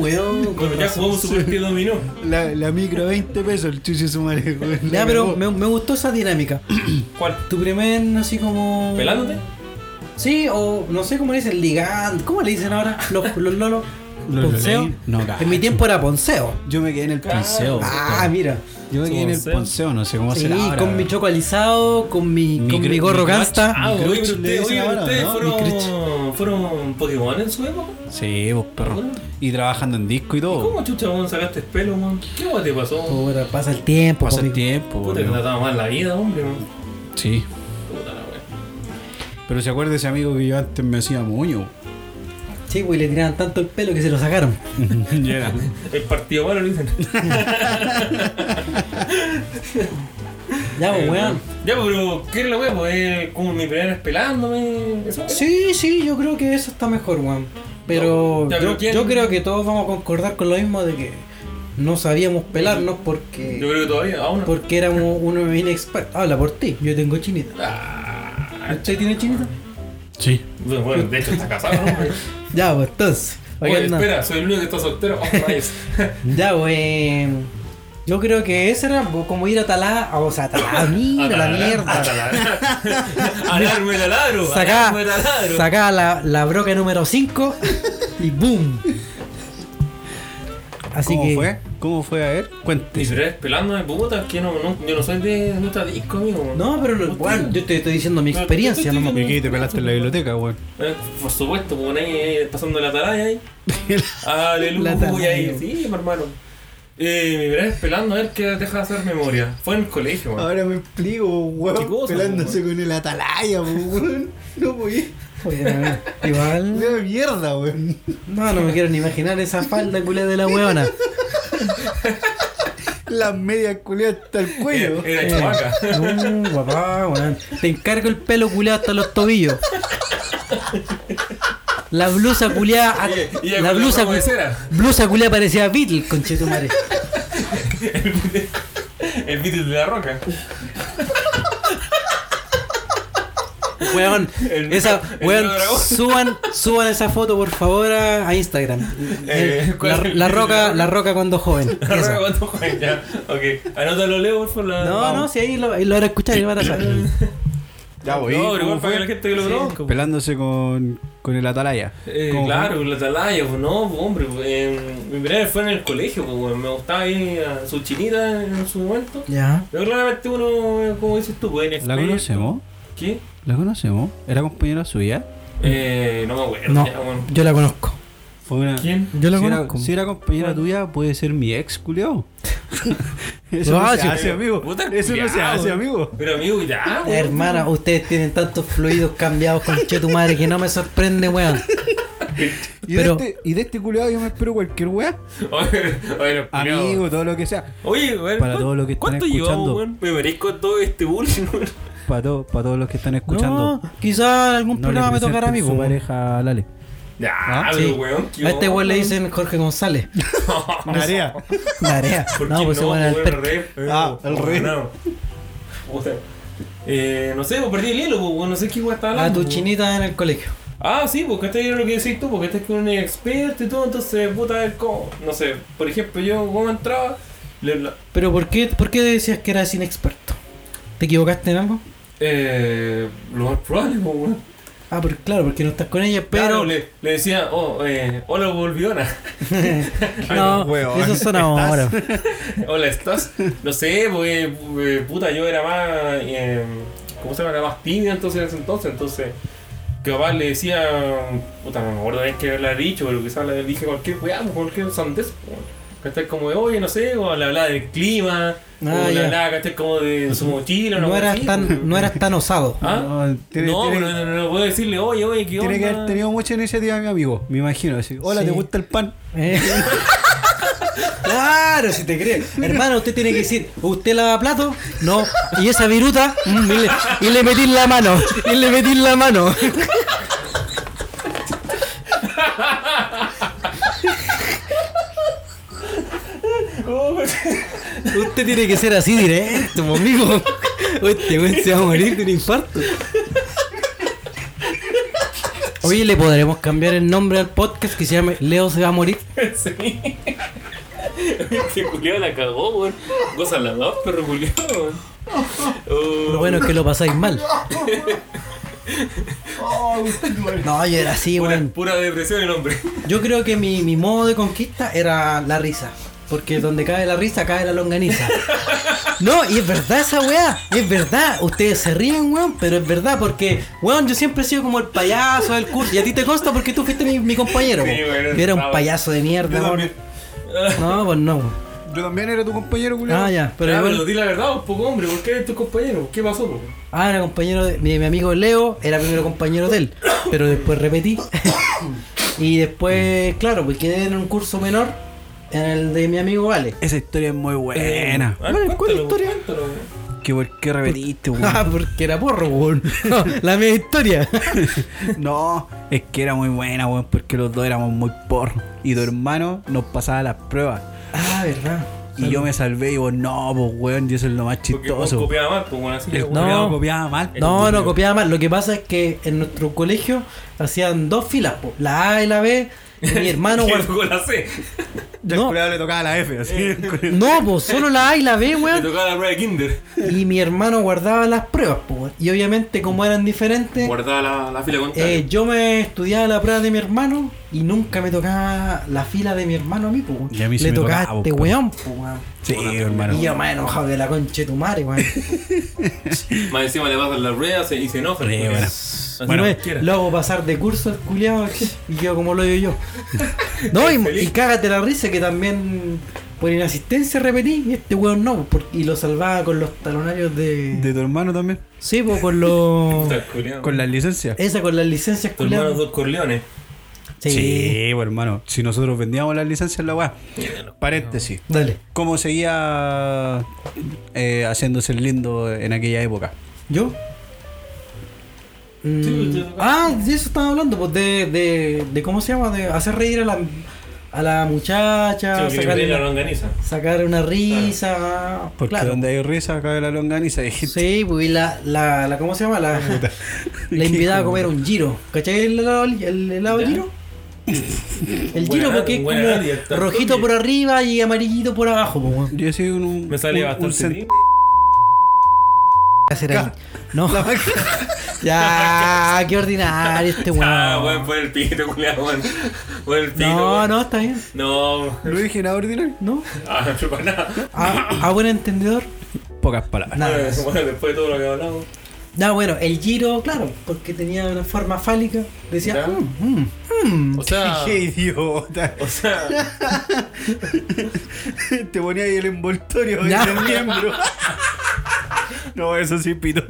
S2: weón.
S3: Bueno,
S2: con
S3: ya
S2: razón.
S3: jugamos Super Tío Dominó.
S5: La, la micro 20 pesos, el chuche su madre. weón.
S2: Ya, pero me, me gustó esa dinámica.
S3: ¿Cuál?
S2: Tu primer, así como.
S3: ¿Pelándote?
S2: Sí, o no sé cómo le dicen, ligando. ¿Cómo le dicen ahora los, los lolos? Ponceo.
S4: No, cacho.
S2: en mi tiempo era Ponceo.
S4: Yo me quedé en el ponceo.
S2: Ah, mira.
S4: Yo me quedé en el
S3: Ponceo.
S4: ponceo, no sé cómo
S2: Sí,
S4: será ahora.
S2: con mi choco alisado, con mi,
S4: Mi
S2: con
S4: cre-
S2: mi
S4: mi
S2: gorro
S4: clutch.
S2: gangsta.
S4: Mi
S3: Ah, oye,
S4: crush
S3: pero
S4: le
S3: ustedes,
S4: dicen
S3: oye, pero
S4: ahora,
S3: ustedes
S4: ¿no? Mi
S3: fueron, fueron Pokémon en su época.
S4: Sí, vos perro. Y trabajando en disco y
S5: Oh.
S4: todo.
S3: ¿Cómo chucha, weón, sacaste el pelo, weón? ¿Qué weón te pasó?
S2: Puta, pasa el tiempo.
S4: Pasa el
S2: papi.
S4: tiempo,
S3: Puta, que
S4: boludo.
S3: trataba mal la vida, hombre, weón.
S4: Sí.
S3: Puta la weón.
S4: Pero se acuerda ese amigo que yo antes me hacía moño.
S2: Sí, güey, le tiraban tanto el pelo que se lo sacaron.
S4: Ya era.
S3: El partido malo, le dicen.
S2: Ya,
S3: Eh,
S2: pues, weón.
S3: Ya, pero, ¿qué era la weón? Pues eh, como mi primera vez pelándome. Eso, weón.
S2: Sí, sí, yo creo que eso está mejor, weón. Pero
S3: Ya, pero
S2: yo,
S3: ¿quién-
S2: yo creo que todos vamos a concordar con lo mismo de que no sabíamos pelarnos
S3: Yo
S2: porque,
S3: creo que todavía, aún no.
S2: porque éramos uno inexperto. Habla por ti, yo tengo chinita.
S3: Ah,
S2: ¿Usted tiene chinita?
S4: Sí.
S3: bueno, de hecho está casado, ¿no? hombre?
S2: Ya, pues entonces.
S3: Oye,
S2: oigan, no.
S3: espera, soy el único que está soltero. Oh, rayos.
S2: Ya, pues. Yo creo que eso era bo- como ir a talar, o sea, a talar, mira la mierda.
S3: Alarme taladro.
S2: Sacá,
S3: Alarme taladro.
S2: sacá la, la broca número 5 y ¡boom! Así
S4: ¿Cómo
S2: que.
S4: fue? ¿Cómo fue? A ver,
S3: Y
S4: cuente.
S3: pero es pelándome, puta, que no, no, yo no soy de nuestra disco, amigo.
S2: No, pero lo, bueno, yo te estoy diciendo mi
S3: Pero
S2: experiencia,
S3: tú- tú-
S2: no me
S3: tú-
S4: ¿Y qué? ¿Te pelaste en la biblioteca, weón?
S3: Eh, Por supuesto, pues ahí, eh, pasando la taralla ahí. Aleluya,
S2: La taralla.
S3: ahí. Sí, mi hermano. Eh, mi primera vez pelando, a ver qué deja de hacer memoria. Fue en el colegio, weón.
S5: Ahora me explico,
S3: ¿Qué
S5: weón.
S3: cosa,
S5: Pelándose con el atalaya, weón. No voy.
S2: Bueno, Igual.
S5: Una mierda, weón.
S2: No, no me quiero ni imaginar esa falda culé de la huevona.
S5: Las medias culiadas hasta el cuello.
S3: Era chubaca.
S2: Uh, papá, Eh, weón. Te encargo el pelo culeado hasta los tobillos. La blusa culeada.
S3: Oye, y
S2: La
S3: con la
S2: blusa
S3: ropa de
S2: cul-
S3: cera.
S2: Blusa culeada parecía Beatle, conchetumare.
S3: El Beatles de la roca.
S2: Weón,
S3: El-
S2: esa,
S3: el
S2: weón,
S3: nuevo dragón.
S2: suban, suban esa foto por favor a, a Instagram.
S3: Eh,
S2: El-
S3: ¿cuál
S2: la,
S3: es?
S2: la roca, la roca cuando joven.
S3: La
S2: Esa.
S3: roca cuando juega, ya. Ok, anótalo, Leo, por favor. la-
S2: No, no, si ahí lo, ahí lo van a escuchar y van a saber.
S4: Ya,
S3: No, pero igual para que la gente que lo conozca. pues.
S4: Pelándose con, con el atalaya.
S3: Eh,
S4: ¿Cómo fue?
S3: claro, la atalaya, pues no, pues, hombre. pues, eh, mi primera vez fue en el colegio, pues, weón. me gustaba ir a su chinita en su momento.
S2: Ya.
S3: Pero claramente uno, eh, como dices tú, pues,
S4: ¿La conocemos?
S3: ¿Qué?
S4: ¿La conocemos? ¿Era compañera suya?
S3: Eh, no me acuerdo.
S2: No,
S3: ya, weón.
S2: yo la conozco.
S4: Fue una...
S3: ¿Quién?
S2: Yo la
S4: si
S2: conozco.
S4: Era, si era compañera tuya, puede ser mi ex, culiao. Eso
S2: No,
S4: no, se
S2: sí.
S4: hace, amigo.
S3: Puta el
S4: Eso no se
S3: culiao,
S4: hace,
S3: weón.
S4: amigo.
S3: Pero amigo, ya, weón.
S2: Hermana, ustedes tienen tantos fluidos cambiados con che tu madre que no me sorprende, weón.
S4: Y,
S2: Pero-
S4: de este, y de este culiao yo me espero cualquier weá.
S3: Oye, oye, los culiados.
S4: Amigo, todo lo que sea.
S3: Oye, weón,
S4: Para
S3: ¿cuán-
S4: todos los que están
S3: ¿cuánto
S4: escuchando.
S3: llevamos, weón? Me merezco todo este bullying, weón.
S4: Para para todos los que están escuchando.
S2: No, quizá algún
S4: No le
S2: problema me tocará a mí,
S4: presenten su
S2: po.
S4: pareja a Lale.
S3: Ya,
S4: Ah,
S3: pero,
S2: Sí.
S3: weón, qué
S2: A este weón le
S3: onda.
S2: dicen Jorge González.
S5: Narea.
S2: Tarea.
S3: ¿Por
S2: No,
S3: qué
S2: pues se van al
S3: weón,
S2: perro.
S3: re- eh,
S5: Ah, el re.
S3: no. O sea, eh, no sé, pues perdí el hilo, pues, weón, no sé qué weón está
S2: A
S3: hablando.
S2: tu
S3: pues.
S2: chinita en el colegio.
S3: Ah, sí, porque este es lo que decís tú, porque este es con un experto y todo, entonces, puta, a ver cómo. No sé, por ejemplo, yo, cómo entraba, le, la-
S2: Pero ¿por qué, por qué decías que eras inexperto? ¿Te equivocaste en algo?
S3: Eh, lo más probable, po, weón.
S2: Ah, porque claro, porque no estás con ella,
S3: Claro,
S2: pero...
S3: le, le decía, oh, eh, hola, volviona.
S2: no,
S5: weón,
S2: eso son ahora.
S3: hola, ¿estás? No sé, porque, eh, puta, yo era más, eh, ¿cómo se llama? Era más tímido entonces en ese entonces, entonces, capaz le decía, puta, no me acuerdo bien que le he dicho, pero quizás le dije cualquier weá, pues, cualquier sandez, que esté como de, oye, no sé, o le hablaba del clima,
S2: Ah,
S3: o le
S2: ya.
S3: hablaba, que esté como de su mochila,
S2: No
S3: una weá
S2: eras
S3: así, pues.
S2: tan, no eras tan osado.
S3: ¿Ah?
S4: No, tiene-
S3: no,
S4: tiene-
S3: pero no, no, no puedo decirle, oye, oye, ¿qué
S4: Tiene que
S3: onda?
S4: haber tenido mucha iniciativa mi amigo, me imagino. Así, Hola,
S2: Sí.
S4: ¿te gusta el pan?
S2: ¿eh? Claro, si te crees. Hermano, usted tiene que decir, ¿usted lava plato? No. ¿Y esa viruta? Mm, y, le, y le metí en la mano. Y le metí en la mano. Usted tiene que ser así directo, po, amigo. Este weón se va a morir de un infarto. Oye, ¿le podremos cambiar el nombre al podcast que se llame Leo se va a morir?
S3: Sí. Este culiao la cagó, weón. Goza la dos, perro culiao, weón. Oh,
S2: Lo bueno es que lo pasáis mal.
S6: Oh, güey.
S2: No, yo era así,
S3: Oh, pura,
S2: weón.
S3: pura depresión el hombre.
S2: Yo creo que mi, mi modo de conquista era la risa. Porque donde cae la risa, cae la longaniza. No, y es verdad esa weá. Es verdad. Ustedes se ríen, weón. Pero es verdad porque, weón, yo siempre he sido como el payaso del curso. Y a ti te consta porque tú fuiste mi, mi compañero.
S3: Sí,
S2: po.
S3: weón,
S2: yo era un
S3: bravo.
S2: payaso de mierda,
S6: Yo
S2: weón.
S6: también.
S2: No, pues no. po.
S6: Yo también era tu compañero, culiao.
S2: Ah, ya. Pero
S3: Pero,
S2: igual-
S3: pero di la verdad, vos, poco hombre, ¿por qué eres tu compañero? ¿Qué pasó? po?
S2: Ah, era compañero de mi, mi amigo Leo, era primero compañero de él, pero después repetí. y después, claro, pues quedé en un curso menor, en el de mi amigo Vale.
S5: Esa historia es muy buena.
S3: A ver,
S2: Bueno, ¿cuál
S3: cuéntalo,
S2: historia?
S3: cuéntalo, weón.
S5: Que por qué repetiste, weón.
S2: Ah, porque era porro, weón. No, la media historia.
S5: No, es que era muy buena, weón, porque los dos éramos muy porros. Y tu hermano nos pasaba las pruebas.
S2: ah, verdad.
S5: Y yo me salvé y vos, no, pues weón, y eso es lo más
S3: Porque vos
S5: chistoso.
S3: copiabas mal, pues bueno, así.
S5: El
S3: weón.
S2: No.
S5: culiao copiaba mal.
S2: No, no copiaba mal. Lo que pasa es que en nuestro colegio hacían dos filas, po, la A y la B. Y mi hermano,
S3: Que
S2: weón.
S3: tocó la C.
S5: Ya
S2: No.
S5: el culiao le tocaba la
S3: Eh.
S5: F, así.
S2: No, pues solo la A y la B,
S3: Le
S2: weón.
S3: tocaba la prueba de Kinder.
S2: Y mi hermano guardaba las pruebas, po, weón. Y obviamente, como eran diferentes.
S3: Guardaba la, la fila contraria.
S2: Eh, yo me estudiaba la prueba de mi hermano y nunca me tocaba la fila de mi hermano a mí, po, weón.
S5: Y a mí sí
S2: Le
S5: me
S2: tocaba a
S5: tocaba,
S2: este
S5: po.
S2: weón, po, weón.
S5: Sí, hermano.
S2: Y yo más enojado que la concha de tu madre, weón.
S3: Más encima le pasan las ruedas y se enoja.
S5: Sí, bueno.
S2: Bueno,
S5: Bueno,
S2: lo hago pasar de curso al culiado y quedo como lo digo yo. No, y, y cágate la risa que también por inasistencia repetí y este weón no, por- y lo salvaba con los talonarios de.
S5: De tu hermano también.
S2: Sí, pues con los.
S5: Con las licencias.
S2: Esa con las licencias
S3: Tu hermano
S2: culiadas.
S3: dos Corleones.
S2: Eh, Sí.
S5: pues, hermano. Si nosotros vendíamos las licencias, la weá.
S2: Ah,
S5: Paréntesis.
S2: Dale.
S5: ¿Cómo seguía eh, haciéndose el lindo en aquella época?
S2: ¿Yo? Mm,
S3: pues, ya.
S2: ah, de eso estaba hablando, pues de, de, de cómo se llama, de hacer reír a la, a la muchacha,
S3: Sí, porque
S2: sacarle
S3: le la
S2: una-
S3: longaniza.
S2: sacar una risa.
S5: Porque
S2: claro.
S5: donde hay risa cae la longaniza. Dijiste,
S2: Sí, pues y la, la, la, ¿cómo se llama? La, la invitada a comer un giro. ¿Cachai el helado, el helado
S3: Ya.
S2: giro? El giro
S3: Buena-
S2: porque es
S3: buena área,
S2: como
S3: está
S2: rojito
S3: bien.
S2: por arriba y amarillito por abajo. po, weón.
S5: yo soy un, un-
S3: Me salía
S5: un- un
S3: bastante
S5: cent-
S3: bien.
S2: ¿Qué hacer ahí? No. ya, qué ordinario este weón.
S3: Ah, weón, fue el pito, culiado, weón. Fue el pito.
S2: no,
S3: weón.
S2: no, está bien.
S3: No.
S5: ¿Lo dije nada ordinario?
S2: No.
S3: Ah, no, para nada.
S2: A, a buen entendedor,
S5: Pocas palabras.
S2: nada.
S3: Bueno, bueno, después de todo lo que hablamos.
S2: No, bueno, el giro, claro, porque tenía una forma fálica. Decía,
S3: Ya.
S2: "Mm, mm,
S3: O sea.
S5: ¡Qué idiota!
S3: O sea,
S5: Te ponía ahí el envoltorio
S2: Ya.
S5: del miembro. No, eso sí, pito.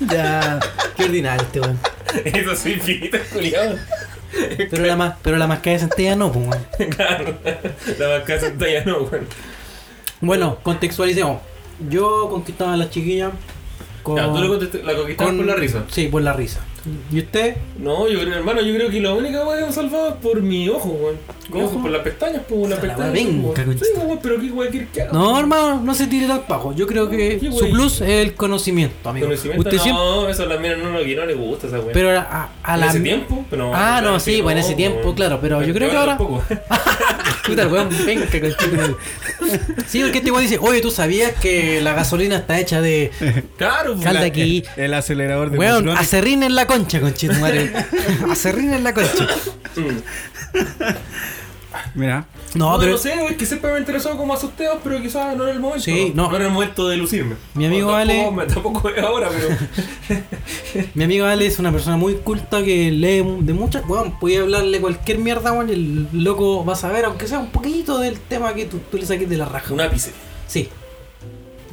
S2: ya, qué ordinario este weón.
S3: eso sí, pito, culiado.
S2: Pero la, ma- pero la mascarilla de centella no, pues, weón.
S3: Claro. La vaca centella no, weón.
S2: Bueno, contextualicemos. Yo conquistaba a las chiquillas con.
S3: Ya, tú lo contesté- la conquistaste
S2: con-
S3: por la risa.
S2: Sí, por la risa. ¿Y usted?
S3: No, yo creo, hermano, yo creo que la única weá que me salvaba es por mi ojo, weón. ¿Cómo?
S2: ¿Ojo?
S3: Por las pestañas, pues,
S2: Puta,
S3: las
S2: la
S3: pestañas.
S2: weá,
S3: pues,
S2: venga,
S3: weón.
S2: conchita.
S3: Sí, weón, pero qué weá que que-
S2: No, hermano, no se tire tan bajo. Yo creo que
S3: Sí,
S2: su
S3: güey.
S2: plus es el conocimiento, amigo.
S3: Conocimiento,
S2: Usted
S3: no,
S2: siempre.
S3: eso a las minas no, no, que no les gusta esa weá.
S2: Pero a, a
S3: en
S2: la.
S3: ese tiempo, pero
S2: Ah, no,
S3: claro,
S2: sí, bueno, en ese tiempo,
S3: weón.
S2: claro, pero yo creo que ahora-
S3: tampoco.
S2: Puta, el weón penca con chico. Sí, porque este weón dice, oye, ¿tú sabías que la gasolina está hecha de
S3: Claro, pues,
S2: calda aquí?
S5: El acelerador de
S2: Weón,
S5: Muslone.
S2: acerrín en la concha, conchetumare. Acerrín en la concha.
S5: Mira,
S2: No,
S3: No,
S2: pero
S3: no sé, es que siempre me interesó como a sorteos, pero quizás no era el momento.
S2: Sí, no.
S3: era el momento de lucirme.
S2: Mi amigo
S3: No, tampoco,
S2: Ale-
S3: me- Tampoco es ahora, pero.
S2: Mi amigo Ale es una persona muy culta que lee mu- de muchas. Weón, podía hablarle cualquier mierda, weón. y El loco va a saber, aunque sea un poquito del tema que tú, tú le saques de la raja.
S3: Un ápice.
S2: Sí.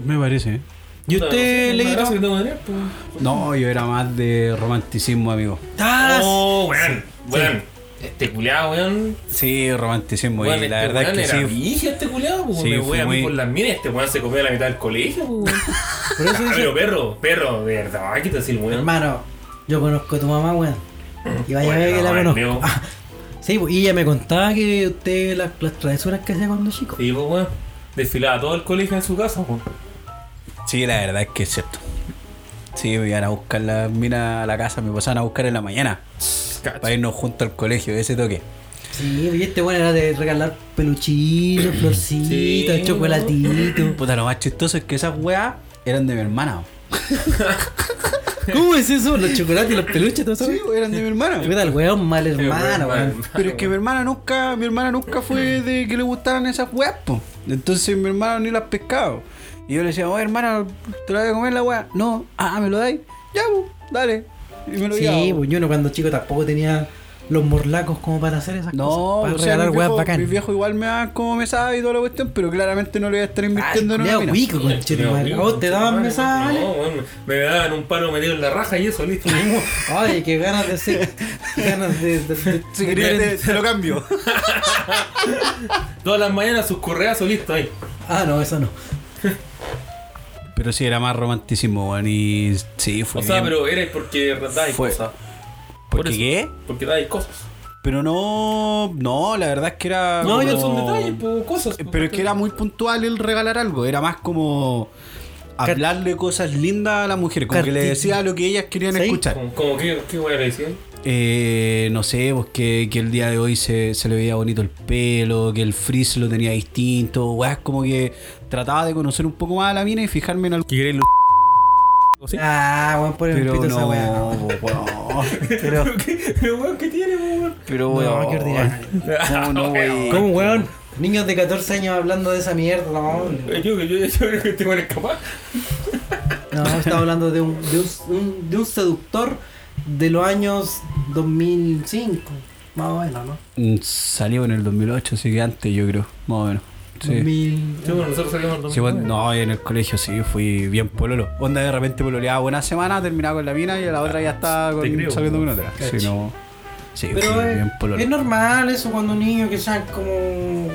S5: me parece. ¿eh?
S2: ¿Y
S3: Puta,
S2: usted,
S3: no sé,
S2: Leguito?
S3: una gracia que tengo que tener, pues.
S5: No, yo era más de romanticismo, amigo.
S2: ¡Tas!
S3: Oh, weón. Weón. Este culiado, weón.
S5: Sí, romanticismo.
S3: Weón,
S5: y
S3: este
S5: la verdad
S3: weón
S5: es que
S3: era
S5: sí.
S3: vigio este culiado, pues,
S5: Sí,
S3: me
S5: fue
S3: voy a mí
S5: muy-
S3: por las minas. Este weón se comió la mitad del colegio, pues, weón.
S2: Por eso
S3: Ah,
S2: dice,
S3: Pero perro, perro, de verdad, ¿qué te decir, weón?
S2: hermano, yo conozco a tu mamá, weón. Y vaya a ver que la
S3: Bueno,
S2: conozco.
S3: Leo.
S2: Ah, sí, pues, y ella me contaba que usted las, las travesuras que hacía cuando chico.
S3: Sí, pues, weón. Desfilaba todo el colegio en su casa, pues. weón.
S5: Sí, la verdad es que es cierto. Sí, me iban a buscar las minas a la casa, me pasaban a buscar en la mañana. Para irnos junto al colegio, ese toque.
S2: Sí, y este bueno era de regalar peluchitos, florcitas,
S3: Sí.
S2: chocolatitos.
S5: Puta, lo más chistoso es que esas weas eran de mi hermana.
S2: ¿Cómo es eso? Los chocolates y los peluches, todo eso.
S7: Sí, güey, eran de mi hermana.
S2: Puta, el weón mal hermano, weón.
S7: Pero es que mi hermana nunca, mi hermana nunca fue de que le gustaran esas weas, po. Entonces mi hermana ni las pescaba. Y yo le decía, oye hermana, te la voy a comer la wea. No, ah, ¿me lo dais? Ya, po, dale. Y me lo
S2: Sí,
S7: llevaba.
S2: pues yo no cuando chico tampoco tenía los morlacos como para hacer esas
S7: No,
S2: cosas.
S7: o
S2: Para
S7: sea,
S2: regalar
S7: mi,
S2: weas
S7: viejo, mi
S2: bacán.
S7: viejo igual me da como mesada y toda la cuestión, pero claramente no le voy a estar
S2: Ah,
S7: invirtiendo en una
S2: culiao
S7: mina.
S2: cuico, conchetumadre. ¿A vos te daban mesada,
S3: No,
S2: vale?
S3: bueno, me daban un palo metido en la raja y eso, listo. mismo.
S2: Ay, qué ganas de ser. qué ganas de. de- de-
S7: Si querés, te, te lo cambio.
S3: Todas las mañanas sus correazos, listo ahí.
S2: Ah, no, eso no.
S5: Pero sí, era más romanticismo, weón. Y sí, fue.
S3: O sea,
S5: bien.
S3: pero eres porque dais
S5: Fue-
S3: cosas.
S5: ¿Por
S3: por eso.
S5: qué?
S3: Porque dais cosas.
S5: Pero no. No, la verdad es que era.
S3: No,
S5: como-
S3: yo son detalles, pues, cosas. pues,
S5: Oh. Eh, Pero es que era muy puntual el regalar algo. Era más como. Hablarle cosas lindas a la mujer. Como que le
S2: Carti-
S5: decía lo que ellas querían
S2: ¿Sí?
S5: escuchar.
S3: Como, como que, ¿qué voy a decir?
S5: Eh, no sé, pues que, que el día de hoy se, se le veía bonito el pelo, que el frizz lo tenía distinto, weas, como que trataba de conocer un poco más a la mina y fijarme en algo.
S3: ¿Qué queréis
S2: Ah, weón, por el
S5: Pero
S2: pito esa
S5: no,
S2: wea. no.
S5: po, weón.
S2: Pero.
S3: Pero weón, ¿qué tiene, weón?
S5: pero
S2: No,
S5: weón.
S2: qué ordinario.
S5: No, no, weón.
S2: ¿Cómo, weón? Niños de 14 años hablando de esa mierda, no.
S3: Yo, yo, yo, yo creo que este te van a escapar.
S2: No, estaba hablando de un, de, un, un- de un seductor de los años 2005. Más o menos, ¿no?
S5: Mm, Salió en el 2008, así que antes yo creo, más o menos. Sí.
S2: 2000.
S3: Sí, bueno, nosotros salimos al
S5: Sí, bueno, no, en el colegio sí, fui bien pololo. Onda de repente pololeaba una semana, terminaba con la mina y a la otra ya estaba con-
S3: Te creo,
S5: saliendo con
S3: weón.
S5: otra. Sí,
S3: Cacho.
S5: no. Sí,
S2: Pero
S5: fui
S2: es,
S5: bien pololo.
S2: es normal eso cuando un niño que sea como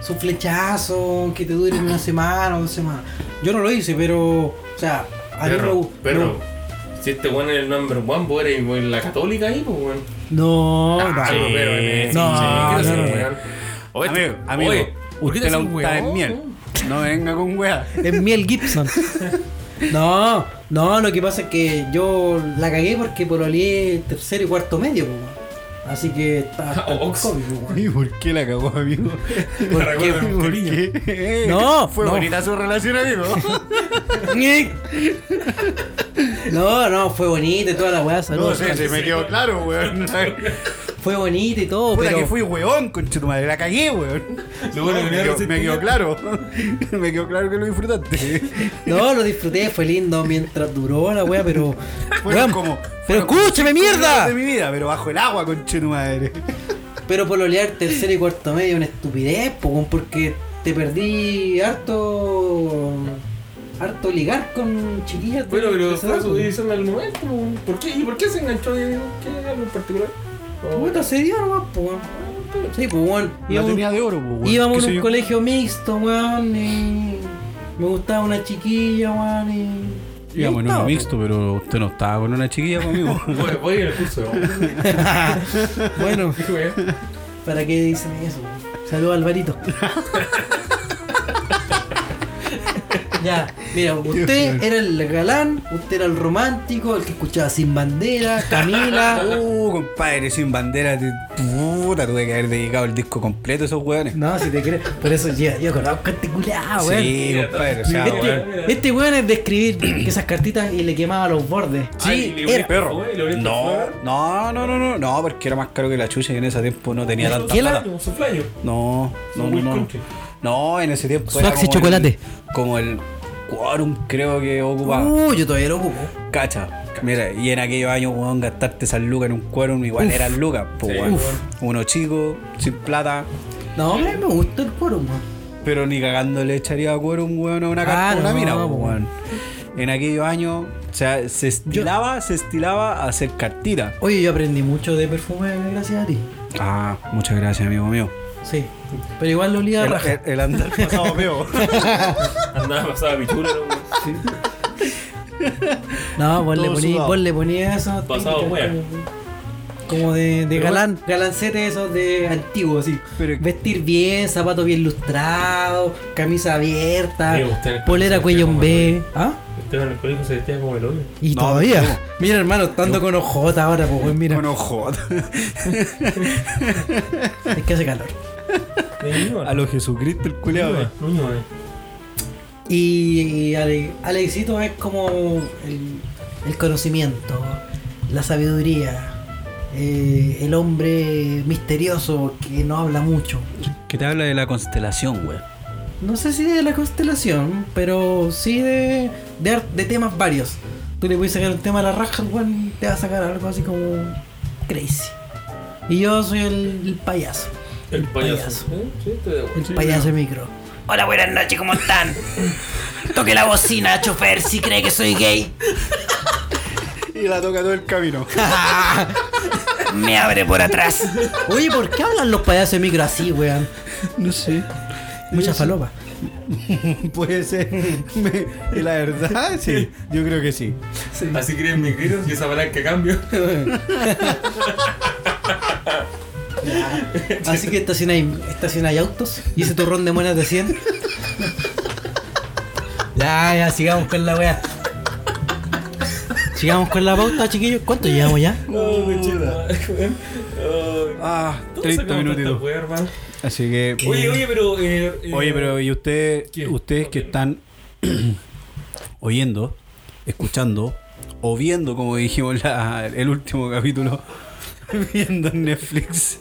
S2: su flechazo, que te dure una semana o dos semanas. Yo no lo hice, pero, o sea, a mí me
S3: Pero,
S2: gu-
S3: pero, si este weón es el number one, vos eres weón, la católica ahí, pues, weón.
S2: No, no,
S3: Ah,
S5: sí.
S3: no, pero, eh,
S2: No,
S3: sí, quiero
S2: no,
S3: ser
S2: no.
S3: weón. Oye,
S5: amigo, amigo,
S3: oye, ¿por qué
S5: usted la
S3: te haces
S5: unta en
S3: weón?
S5: miel. No venga con weá.
S2: es Miel Gibson. No, no, lo que pasa es que yo la cagué porque pololeé tercero y cuarto medio, po, weón. Así que está está
S3: Ah, Ox.
S2: COVID, po, weón.
S5: ¿Y por qué la cagó, amigo?
S3: ¿Por qué?
S5: ¿Por qué?
S2: No,
S5: Fue
S2: no.
S5: bonita su relación, amigo.
S2: No, no, fue bonita y toda la weá,
S5: No
S2: saludos.
S5: sé, se me quedó claro, weón. Puta
S2: Fue bonita y todo, pero.
S5: Oh, que fui weón, concha tu madre. La cagué, weón.
S3: Lo bueno que
S5: me,
S3: me
S5: quedó,
S2: este
S3: resistí.
S5: me quedó claro. me quedó claro que lo disfrutaste.
S2: No, lo disfruté, fue lindo mientras duró la wea, pero.
S5: Fueron
S2: Weón,
S5: como-
S2: pero
S5: fueron como
S2: escúchame,
S5: cinco minutos
S2: mierda.
S5: De mi vida, pero bajo el agua, concha tu madre.
S2: Pero pololear tercero y cuarto medio es una estupidez, po, weón, porque te perdí harto. harto ligar con chiquillas. de-
S3: Bueno, pero
S2: de esa edad,
S3: fue su
S2: po.
S3: decisión al momento, weón. ¿por qué? ¿Y por qué se enganchó? ¿Qué era algo en particular? O-
S2: Puta, se dio nomás, po, weón. Sí, pues, weón.
S5: La
S2: íbamos-
S5: tenía de oro, po, weón.
S2: Íbamos
S5: ¿Qué
S2: en
S5: sé
S2: un
S5: yo?
S2: colegio mixto, weón, y me gustaba una chiquilla, weón, y...
S5: Íbamos
S2: y ahí
S5: en uno
S2: estaba,
S5: mixto, pero usted no estaba con una chiquilla conmigo.
S3: Voy, voy en el curso. weón.
S2: po. Bueno,
S3: Qué weón.
S2: ¿para qué dicen eso? Saludos, Alvarito. ya, mira, usted era el galán, usted era el romántico, el que escuchaba Sin Bandera, Camila...
S5: Uh, compadre, sin bandera, te- puta, tuve que haber dedicado el disco completo a esos weones.
S2: No, si te crees, por eso yo, yo conozco a este culiao, weón.
S5: Sí, compadre, o sea,
S3: Mira,
S5: weón.
S3: mira.
S2: Este, este weón es de escribir esas cartitas y le quemaba los bordes.
S3: Ay,
S5: Sí,
S3: le
S5: era
S3: perro.
S5: perro.
S3: Le abriste
S5: No,
S3: el flor.
S5: no, no, no, no, no, porque era más caro que la chucha y en ese tiempo no tenía tanta
S2: ¿Qué la-
S5: plata.
S3: Su playo.
S5: No, no, no, no.
S3: Country.
S5: No, en ese tiempo
S2: Suax y
S5: como
S2: chocolate.
S5: el- como el quórum creo que ocupaba.
S2: Uh, yo todavía lo ocupo.
S5: Cacha. Mira, y en aquellos años, weón, gastarte esas lucas en un quórum igual eran lucas, pues,
S3: Sí,
S5: weón.
S3: uf.
S5: Uno chico, sin plata,
S2: No, a mí me gusta el quórum, weón.
S5: pero ni cagando le echaría a quórum, weón, a una,
S2: Ah,
S5: car- a una
S2: no,
S5: mina, pues,
S2: po.
S5: weón. En aquellos años, o sea, se estilaba, se estilaba a hacer cartita.
S2: Oye, yo aprendí mucho de perfume gracias a ti.
S5: Ah, muchas gracias, amigo mío.
S2: Sí. Pero igual lo olía a
S5: El,
S2: raja.
S5: el- el andar pasado mío.
S3: Andaba pasada pichula, ¿no?
S2: No, vos le
S7: todo
S2: poní,
S7: sudado.
S2: vos le poní eso.
S3: Pasado, wea.
S2: Como de, de galán, galancete esos de antiguo, así.
S5: Pero-
S2: Vestir bien, zapatos bien lustrados, camisa abierta,
S3: Me gusta el-
S2: polera cuello en B. ¿Ah?
S3: Este en el colegio se vestía como el hoyo.
S2: Y
S5: No,
S2: todavía.
S5: no.
S2: Mira, hermano, estando con OJ ahora, pues, weón, mira.
S5: Con ojo.
S2: Es que hace calor.
S5: A lo Jesucristo, el eh. culeado.
S2: Y, y Ale- Alexito es como el, el conocimiento, la sabiduría, eh, el hombre misterioso que no habla mucho.
S4: Que te habla de la constelación, weón.
S2: No sé si de la constelación, pero sí de, de, ar- de temas varios. Tú le puedes sacar un tema a la raja, al weón, y te va a sacar algo así como crazy. Y yo soy el, el payaso,
S3: El
S2: payaso.
S3: payaso. ¿Eh? Sí, estoy de acuerdo.
S2: el payaso de micro.
S8: Hola, buenas noches, ¿cómo están? Toque la bocina, chofer, si cree que soy gay.
S5: Y la toca todo el camino.
S8: Me abre por atrás.
S2: Oye, ¿por qué hablan los payasos de micro así, weón?
S5: No sé.
S2: Mucha falopa.
S5: Puede ser. Me- y la verdad, sí. Yo creo que sí.
S3: Así creen mis gritos y esa palabra que cambio.
S2: Así que estacionáis, estacionáis autos y ese turrón de monedas de 100. ya, ya, sigamos con la weá. Sigamos con la pauta, chiquillos. ¿Cuánto llevamos ya?
S3: No, me chida.
S5: Ah, 30 minutitos. Así que.
S3: Oye, oye, pero. eh, eh,
S5: Oye, pero ¿y usted,
S3: ¿Qué?
S5: ustedes que están oyendo, escuchando o viendo, como dijimos la- el último capítulo, viendo en Netflix?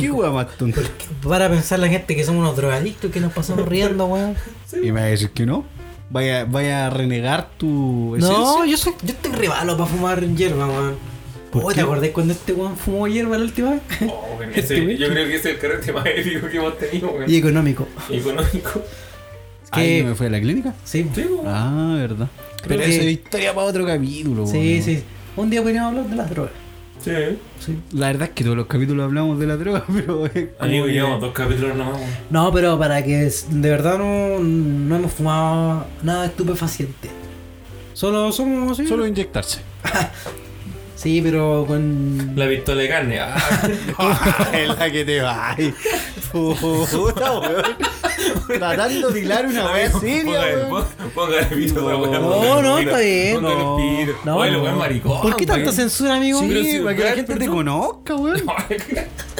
S5: ¿Qué hueá más tonta?
S2: Para pensar la gente que somos unos drogadictos que nos pasamos riendo, weón.
S5: ¿Y me va a decir que no? ¿Vaya, vaya a renegar tu esencia?
S2: No, yo soy, yo estoy revalo para fumar hierba, weón.
S5: ¿Por
S2: Oh,
S5: qué?
S2: ¿Te acordás cuando este weón fumó hierba la última vez?
S3: oh, bueno, ese- yo creo que ese es el carrete más épico que hemos tenido, weón.
S2: Y económico.
S3: Económico.
S5: ¿Ay,
S2: que-
S5: no me fue a la clínica?
S2: Sí,
S3: Sí, weón.
S5: Ah, verdad.
S2: Creo
S5: Pero
S2: que-
S5: eso es historia para otro capítulo.
S2: sí,
S5: weón.
S2: sí. Un día podríamos hablar de las drogas.
S3: Sí.
S5: La verdad es que todos los capítulos hablamos de la droga, pero eh, es como
S3: Amigo,
S5: que-
S3: llevamos dos capítulos nomás, weón.
S2: No, pero para que s- de verdad no, no hemos fumado nada estupefaciente. Solo somos sí.
S5: Solo inyectarse.
S2: Sí, pero con.
S3: La pistola de carne. Ah,
S5: es la que te va. ay. Puta, weón. Tratando de hilar una wea seria,
S3: Ponga el-
S5: weón.
S3: Ponga el pito,
S5: No,
S3: weón.
S2: no, está bien,
S3: Ponga
S5: no.
S3: el pito. Oye, lo weón maricón.
S2: ¿Por qué tanta
S3: weón.
S2: censura, amigo?
S3: Pero
S5: Ah, Sí,
S3: si-
S5: para que la
S3: weón,
S5: gente te
S3: perdón.
S5: conozca, weón.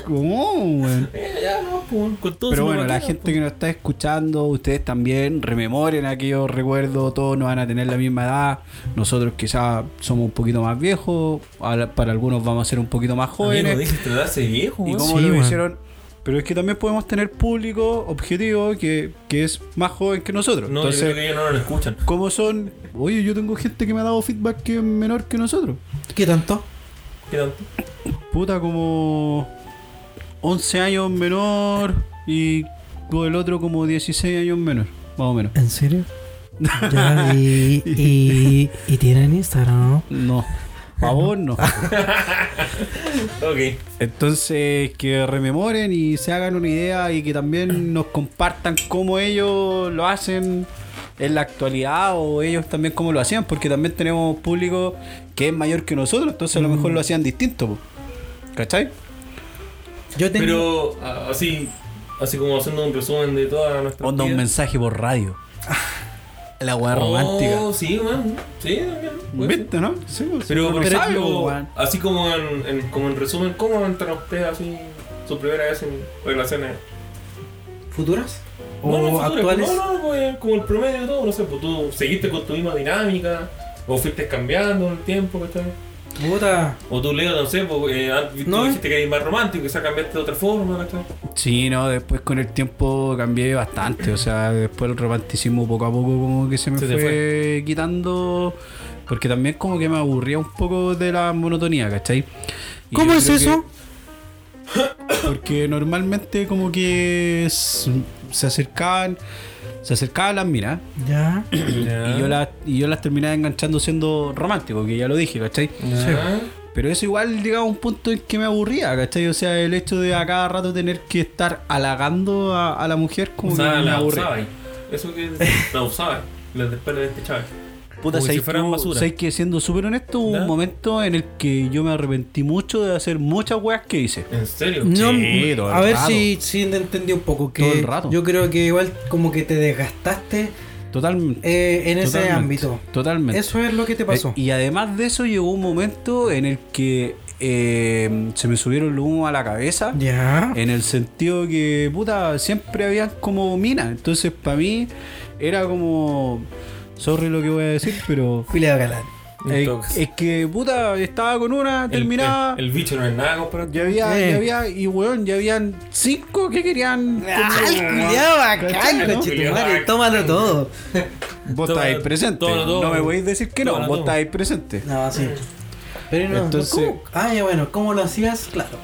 S5: ¿Cómo, weón?
S3: Ya, no, pues, con todo
S5: Pero
S3: su
S5: bueno, la
S3: maquina,
S5: gente que nos está escuchando, ustedes también rememoren aquellos recuerdos, todos no van a tener la misma edad. Nosotros quizás somos un poquito más viejos, al- para algunos vamos a ser un poquito más
S3: Amigo,
S5: jóvenes.
S3: dejes tratarse de viejo,
S5: y
S3: weón.
S5: cómo
S2: Sí,
S5: lo
S2: weón.
S5: hicieron. Pero es que también podemos tener público objetivo que, que es más joven que nosotros.
S3: No, yo
S5: Entonces,
S3: creo que ellos no lo escuchan.
S5: ¿Cómo son? Oye, yo tengo gente que me ha dado feedback que es menor que nosotros.
S2: ¿Qué tanto?
S3: ¿Qué tanto?
S5: Puta, como 11 años menor y con el otro como 16 años menor, más o menos.
S2: ¿En serio? Ya, y, y, y tienen Instagram, ¿no?
S5: No, a vos no.
S3: Ok.
S5: Entonces, que rememoren y se hagan una idea y que también nos compartan cómo ellos lo hacen en la actualidad o ellos también cómo lo hacían, porque también tenemos público que es mayor que nosotros, entonces a lo mejor lo hacían distinto. po. ¿Cachai?
S2: Yo tengo.
S3: Pero ah, así, así como haciendo un resumen de toda nuestra.
S5: Onda un
S3: vida.
S5: mensaje por radio. La weá
S3: Oh,
S5: romántica.
S3: Sí, weón. Sí, también. puede ser.
S5: ¿Viste, no? Sí, sí,
S3: Pero, por
S5: no sabe, po,
S3: ejemplo,
S5: weón.
S3: así como en, en- como en resumen, ¿cómo entran ustedes así su primera vez en relaciones?
S2: ¿Futuras? ¿O
S3: no, no, futuras,
S2: actuales?
S3: No, no, pues, como el promedio de todo, no sé, pues tú seguiste con tu misma dinámica, o fuiste cambiando en el tiempo, ¿cachai?
S2: Puta.
S3: O tú, Leo, no sé, pues, eh, antes tú
S2: No.
S3: dijiste que eres más romántico, quizás cambiaste de otra forma, ¿cachai?
S5: Sí, no, después con el tiempo cambié bastante. O sea, después el romanticismo poco a poco como que se me
S3: Se te
S5: fue, quitando. Porque también como que me aburría un poco de la monotonía, ¿cachai? Y
S2: ¿Cómo
S5: yo
S2: es
S5: creo que-
S2: eso?
S5: porque normalmente como que s- se acercaban, se acercaban las minas
S2: Ya.
S5: y, yo las, y yo las terminaba enganchando siendo romántico, que ya lo dije, ¿cachai?
S3: Ya.
S5: Pero eso igual llegaba a un punto en que me aburría, ¿cachai? O sea, el hecho de a cada rato tener que estar halagando a, a la mujer como
S3: O sea,
S5: que me
S3: la
S5: aburre.
S3: usaba ahí. Eso que la usaba, la después la despechaba.
S5: Puta,
S3: Como si
S5: ¿sabes
S3: fueran
S5: tú-
S3: basura.
S5: sabes que siendo súper honesto, hubo
S3: ¿Ya?
S5: un momento en el que yo me arrepentí mucho de hacer muchas weas que hice.
S3: ¿En serio?
S2: No,
S5: Sí, todo el
S2: a ver
S5: rato.
S2: si, si te entendí un poco. Que
S5: Todo el rato.
S2: Yo creo que igual como que te desgastaste
S5: Totalmente.
S2: eh, en ese
S5: totalmente,
S2: ámbito.
S5: Totalmente.
S2: Eso es lo que te
S5: Eh,
S2: pasó.
S5: y además de eso llegó un momento en el que eh, se me subieron los humos a la cabeza.
S2: Ya.
S5: En el sentido que, puta, siempre había como minas. Entonces, para mí, era como. Sorry lo que voy a decir, pero.
S2: Culeado galán.
S5: Eh,
S3: Tox.
S5: es que, puta, estaba con una, terminaba.
S3: El, el bicho no es nada comparado.
S5: Ya había,
S2: Eh.
S5: ya había, y weón, ya habían cinco que querían.
S3: Ah,
S2: culiado bacán,
S5: ¿Cachai, no?
S2: conchetumare! Tómalo todo.
S5: Vos
S3: Todo-
S5: estáis presente.
S3: todo, todo.
S5: No me podéis decir que no,
S3: Todo,
S5: vos
S3: todo.
S5: estáis presente.
S2: No, sí. Pero no,
S5: Entonces-
S2: ¿cómo? Ah, ya bueno, ¿cómo lo hacías? Claro.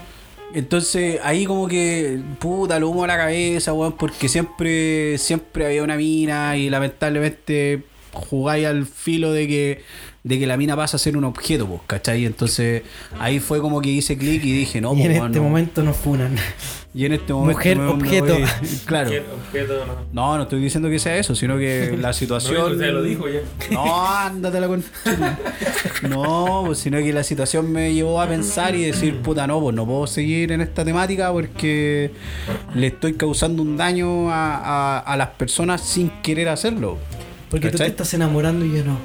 S5: Entonces, ahí como que, puta, lo humo a la cabeza, weón, porque siempre, siempre había una mina y lamentablemente jugáis al filo de que, de que la mina pasa a ser un objeto, pues, ¿cachai? Entonces, ahí fue como que hice clic y dije, no,
S2: y
S5: pues,
S2: en
S5: weón,
S2: este
S5: no.
S2: momento nos funan.
S5: Y en este momento.
S2: Mujer,
S5: weón, me
S2: objeto.
S5: voy- claro.
S3: Cualquier objeto, no.
S5: No, no estoy diciendo que sea eso, sino que la
S3: No,
S5: situación.
S3: usted lo dijo ya.
S5: No, ándatela con. No, pues sino que la situación me llevó a pensar y decir, puta, no, pues no puedo seguir en esta temática porque le estoy causando un daño a, a- a las personas sin querer hacerlo.
S2: Porque tú te
S5: ¿Cachai?
S2: estás enamorando y yo no.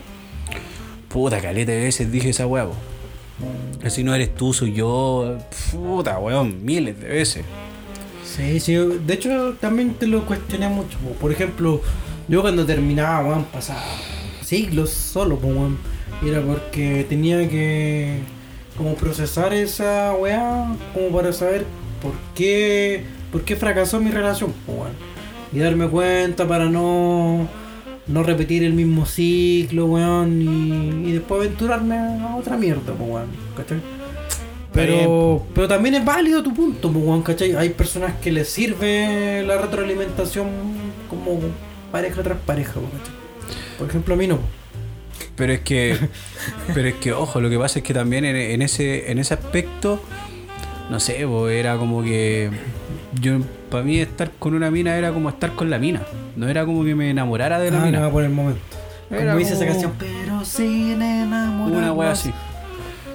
S5: Puta, caleta de veces dije esa huevo. Si no eres tú, soy yo. Puta, weón, miles de veces.
S2: Sí, sí. yo- De hecho, también te lo cuestioné mucho. po. Por ejemplo, yo cuando terminaba, weón, pasaba siglos solo, po, weón. Y Era porque tenía que como procesar esa weá, como para saber por qué, por qué fracasó mi relación, po, weón. Y darme cuenta para no, no repetir el mismo ciclo, weón. Y, y después aventurarme a otra mierda, po, weón. ¿Cachai?
S5: pues.
S2: Pero, pero también es válido tu punto, pues, weón, ¿cachai? Hay personas que les sirve la retroalimentación como pareja tras pareja, pues, ¿cachai? Por ejemplo, a mí no.
S5: Pero es que, pero es que, ojo, lo que pasa es que también en, en ese, en ese aspecto, no sé, po, era como que yo para mí estar con una mina era como estar con la mina. No era como que me enamorara de la
S2: Ah,
S5: mina.
S2: no, por el momento.
S5: Era
S2: como dice esa
S5: como-
S2: canción. Pero sin enamorarnos.
S5: Una wea así.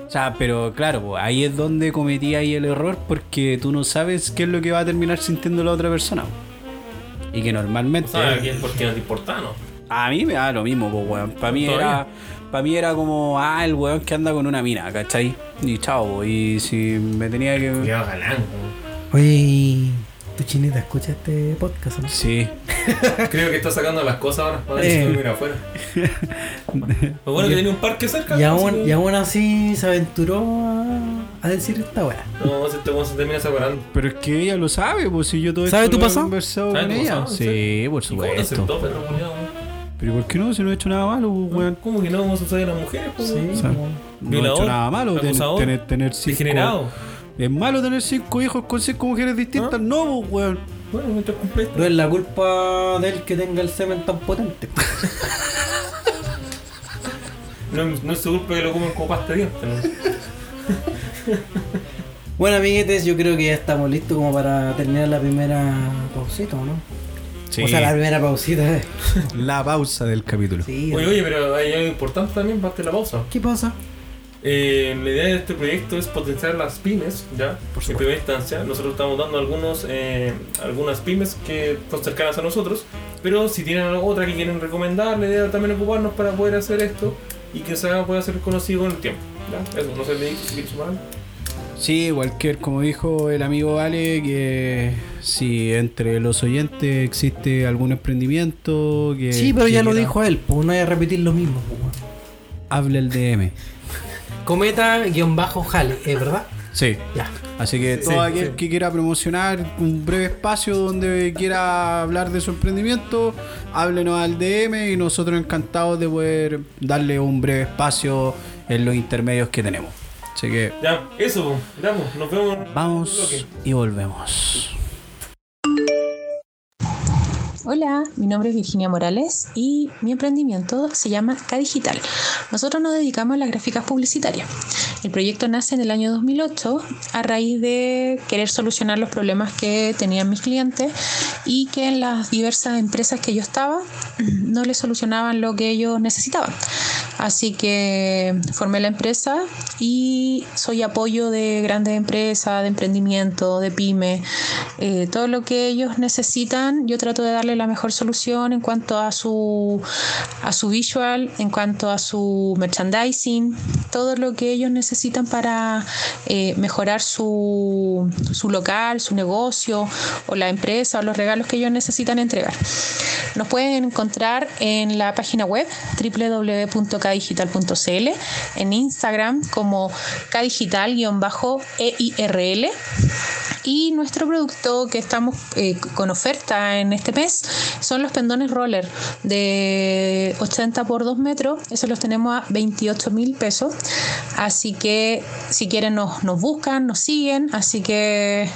S5: O sea, pero claro, po, ahí es donde cometí ahí el error porque tú no sabes qué es lo que va a terminar sintiendo la otra persona. po. Y que normalmente
S3: ¿Sabes quién? ¿Por qué no te importa, no?
S5: A mí me da lo mismo, pues, weón. Para mí
S3: Todavía.
S5: era. Para mí era como, ah, el weón que anda con una mina, ¿cachai? Y chao, po. y si me tenía que.
S3: Cuidado, galán.
S2: Oye, ¿y tu chinita escucha este podcast, ¿no?
S5: Sí.
S3: ¿no? Creo que está sacando las cosas ahora. Para
S2: Eh.
S3: decir que mira afuera. Lo bueno que tenía un parque cerca.
S2: Y
S3: ¿no? Así
S2: aún,
S3: que-
S2: y aún así se aventuró a, a decir esta weá.
S3: No, se, te, se termina separando.
S5: Pero es que ella lo sabe, pues si yo todo
S2: ¿Sabe
S5: esto
S2: tu
S5: lo he
S2: pasado?
S5: conversado
S3: ¿Sabe
S5: con
S3: tu
S5: ella.
S3: pasado?
S5: Sí, por
S3: ¿Y cómo te
S5: supuesto.
S3: aceptó, Pedro Culeado?
S5: Pero ¿por qué no? Si no he hecho nada malo, pues, weón.
S3: ¿Cómo que no? ¿Cómo sucede a las mujeres? pues,
S2: Sí,
S3: weón?
S5: sea,
S2: weón.
S5: No he
S3: Violador,
S5: hecho nada malo. ten-
S3: abusador,
S5: tener, tener cinco.
S3: Degenerado. ¿Ah?
S5: Es malo tener cinco hijos con cinco mujeres distintas. No, pues, weón.
S3: Bueno, mientras cumple esto.
S2: No es la culpa de él que tenga el semen tan potente.
S3: No, no es su culpa que lo coman como pasta de dientes. ¿no?
S2: Bueno, amiguetes, yo creo que ya estamos listos como para terminar la primera pausita, ¿o ¿no? O sea, la primera pausita. eh.
S5: La pausa del capítulo.
S2: Sí.
S3: Oye, oye, pero hay algo importante también, parte de la pausa.
S2: ¿Qué pasa?
S3: Eh, la idea de este proyecto es potenciar las pymes, ¿ya? en primera instancia, nosotros estamos dando algunos, eh, algunas pymes que son cercanas a nosotros, pero si tienen otra que quieren recomendar, la idea es también ocuparnos para poder hacer esto y que se haga- pueda ser conocido con el tiempo, ¿ya? Eso, no sé, le dices, ¿quieres sumar algo?
S5: Sí, cualquier, como dijo el amigo Ale, que si entre los oyentes existe algún emprendimiento que...
S2: Sí, pero ya
S5: que
S2: lo
S5: quiera,
S2: dijo él, pues no voy a repetir lo mismo. pues, weón.
S5: Hable el DM.
S2: Cometa-jale,
S3: ¿eh,
S2: ¿es verdad?
S5: Sí.
S2: Ya.
S5: Así que todo aquel que quiera promocionar un breve espacio donde quiera hablar de su emprendimiento, háblenos al DM y nosotros encantados de poder darle un breve espacio en los intermedios que tenemos. Así que
S3: Ya, eso, ya, pues, nos vemos. en el
S5: vamos
S3: bloque.
S5: y volvemos.
S9: Hola, mi nombre es Virginia Morales y mi emprendimiento se llama K-Digital. Nosotros nos dedicamos a las gráficas publicitarias. El proyecto nace en el año 2008 a raíz de querer solucionar los problemas que tenían mis clientes y que en las diversas empresas que yo estaba no les solucionaban lo que ellos necesitaban. Así que formé la empresa y soy apoyo de grandes empresas, de emprendimiento, de pyme, eh, todo lo que ellos necesitan. Yo trato de darle la mejor solución en cuanto a su, a su visual, en cuanto a su merchandising, todo lo que ellos necesitan para eh, mejorar su, su local, su negocio o la empresa o los regalos que ellos necesitan entregar. Nos pueden encontrar en la página web www.kdigital.com kdigital.cl, en Instagram como e kdigital-eirl y nuestro producto que estamos eh, con oferta en este mes son los pendones roller de 80 por 2 metros. Eso los tenemos a 28 mil pesos. Así que si quieren nos, nos buscan, nos siguen. Así que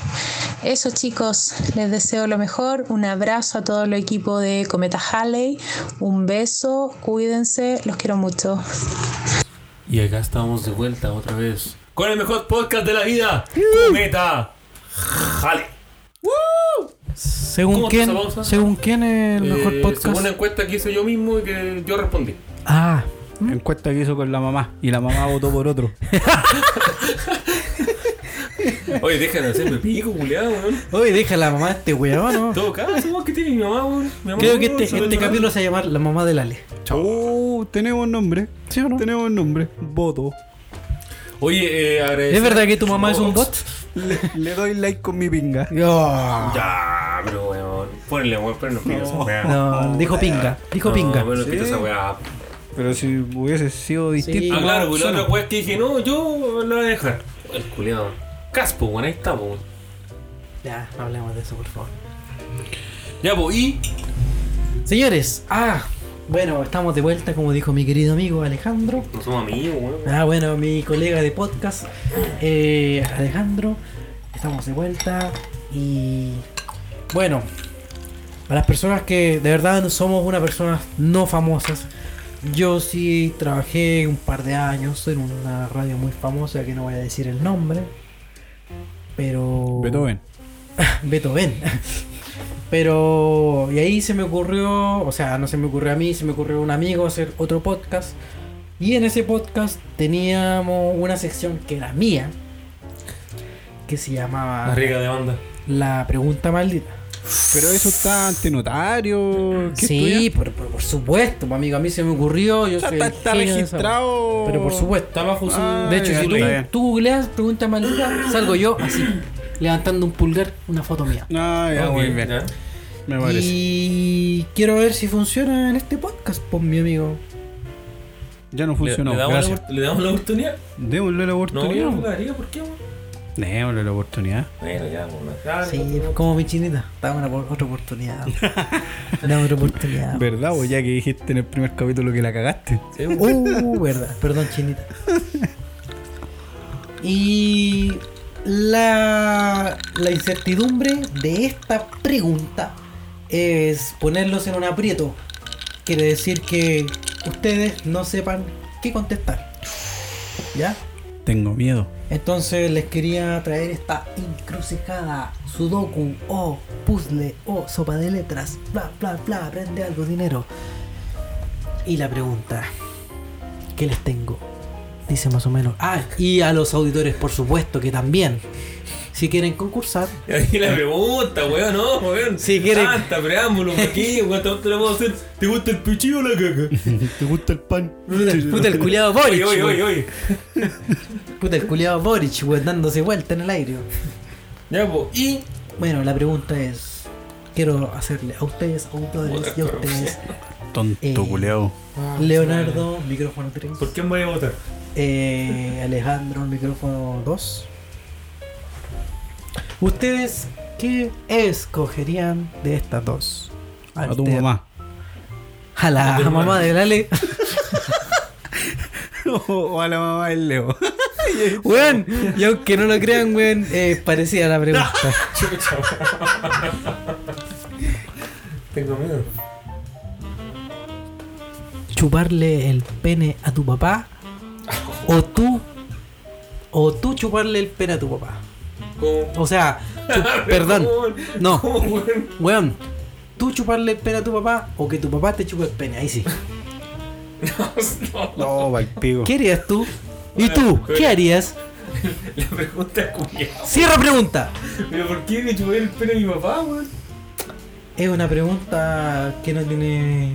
S9: eso chicos, les deseo lo mejor. Un abrazo a todo el equipo de Cometa Halley. Un beso, cuídense, los quiero mucho.
S3: Y acá estamos de vuelta otra vez. Con el mejor podcast de la vida. Cometa. Jale.
S2: Según
S3: ¿Cómo
S2: quién,
S3: está esa pausa?
S2: según quién es el mejor
S3: Eh,
S2: podcast.
S3: Según una encuesta que hice yo mismo y que yo respondí.
S2: Ah,
S5: Encuesta que hizo con la mamá. Y la mamá votó por otro.
S3: Oye, dejen de hacerme pico, culiado, weón.
S2: oye, deja la mamá de este weón, ¿no?
S3: Todo caso, weón, que tiene mi mamá, weón. Mi mamá,
S2: Creo que
S3: weón,
S2: este,
S3: sobre
S2: este
S3: todo.
S2: capítulo se va a llamar La mamá del Ale.
S5: Oh, tenemos nombre.
S2: ¿Sí o no?
S5: Tenemos nombre. Voto.
S3: Oye, eh, agradecer. Oh,
S2: ¿Es verdad que tu mamá es un
S3: Ox.
S2: bot?
S5: Le, le doy like con mi pinga.
S3: Ya, pero weón. Ponle, weón, pero no pido esa weá.
S2: No, dijo pinga. Dijo
S3: No,
S2: pinga.
S3: weón, no pido
S5: Sí.
S3: esa weá.
S5: Pero si hubiese sido distinto.
S3: Ah,
S2: no,
S3: claro, pues la
S2: solo.
S3: otra weá que dije, no, yo lo voy a dejar. El culiado. Caspo, weón, ahí está, pues. weón.
S2: Ya, no hablemos de eso, por favor.
S3: Ya, pues, y.
S2: Señores,
S3: Ah,
S2: bueno, estamos de vuelta, como dijo mi querido amigo Alejandro.
S3: no somos amigos, weón.
S2: Ah, bueno, mi colega de podcast, eh, Alejandro, estamos de vuelta y bueno, para las personas que de verdad no somos unas personas no famosas, yo sí trabajé un par de años en una radio muy famosa que no voy a decir el nombre, pero...
S5: Ah, Beethoven.
S2: Beethoven. Pero, y ahí se me ocurrió, o sea, no se me ocurrió a mí, se me ocurrió a un amigo hacer otro podcast. Y en ese podcast teníamos una sección que era mía, que se llamaba
S3: La rica de banda.
S2: La Pregunta Maldita.
S5: Pero eso está ante notario. ¿qué
S2: Sí, por, por- por supuesto, pues, amigo, a mí se me ocurrió. Yo
S5: estudia?
S2: soy
S5: Está,
S2: el
S5: está
S2: genio de esa
S5: registrado.
S2: weá. Pero por supuesto.
S3: Está bajo su.
S5: Ah,
S2: De hecho,
S5: ya,
S2: si tú,
S5: está bien.
S2: tú googleas Pregunta Maldita, salgo yo así, levantando un pulgar, una foto mía.
S5: Ah, ya,
S3: Ok,
S5: muy bien.
S3: ya.
S5: Me parece.
S2: Y quiero ver si funciona en este podcast, pues mi amigo.
S5: Ya no
S3: Le-
S5: funcionó.
S3: le, damos la
S5: Gracias.
S3: opor- ¿Le damos la oportunidad?
S5: Démosle
S3: No,
S5: la
S3: yo
S5: oportunidad.
S3: no jugaría, ¿por qué? weón?
S5: Démosle la oportunidad.
S3: Bueno, ya, bueno, ya,
S2: Sí,
S3: Ah, no-
S2: como mi chinita. Dame una por- otra oportunidad. Dame otra oportunidad.
S5: ¿Verdad? O ya que dijiste en el primer capítulo que la cagaste.
S3: sí, weón.
S2: Uh, verdad. Perdón, chinita. Y la, la incertidumbre de esta pregunta es ponerlos en un aprieto. Quiere decir que ustedes no sepan qué contestar. ¿Ya?
S5: Tengo miedo.
S2: Entonces les quería traer esta encrucijada, sudoku o puzzle o sopa de letras, bla bla bla, aprende algo, dinero. Y la pregunta que les tengo, dice más o menos. Ah, y a los auditores, por supuesto, que también. Si quieren concursar,
S3: Y ahí la pregunta, weón, no, weón.
S2: Si quiere-
S3: Tanta preámbulo por aquí, weón, te te la puedo hacer. ¿Te gusta el pichillo o la caca?
S5: ¿Te gusta el pan?
S2: puta el culiado Boric,
S3: Oye, oye,
S2: weón.
S3: oye, oye.
S2: puta el culiado Boric, weón, dándose vuelta en el aire. weón.
S3: Ya, pues, y.
S2: Bueno, la pregunta es, quiero hacerle a ustedes, auditores y a ustedes,
S5: Tonto
S2: Eh.
S5: culeado.
S2: Leonardo, micrófono 3.
S3: ¿Por quién voy a votar?
S2: Eh, Alejandro, el micrófono 2. ¿Ustedes qué escogerían de estas dos?
S5: A tu
S2: usted-
S5: mamá.
S2: A la
S3: A tu
S2: mamá
S3: hermana.
S2: del Ale.
S5: o a la mamá del Leo.
S2: weón, y aunque no lo crean, weón, eh, parecía la pregunta.
S3: Chucha, Tengo miedo.
S2: ¿Chuparle el pene a tu papá? ¿O tú? ¿O tú chuparle el pene a tu papá?
S3: ¿Cómo?
S2: O sea, chu- perdón. No.
S3: ¿Cómo, weón?
S2: Weón, ¿tú chuparle el pene a tu papá o que tu papá te chupe el pene? Ahí sí.
S3: No,
S5: No, va el pigo.
S2: ¿Qué harías tú? ¿Y tú? ¿Qué harías?
S3: La pregunta es culiado.
S2: Cierra pregunta.
S3: ¿Pero por qué le chupé el pelo a mi papá, weón?
S2: Es una pregunta que no tiene...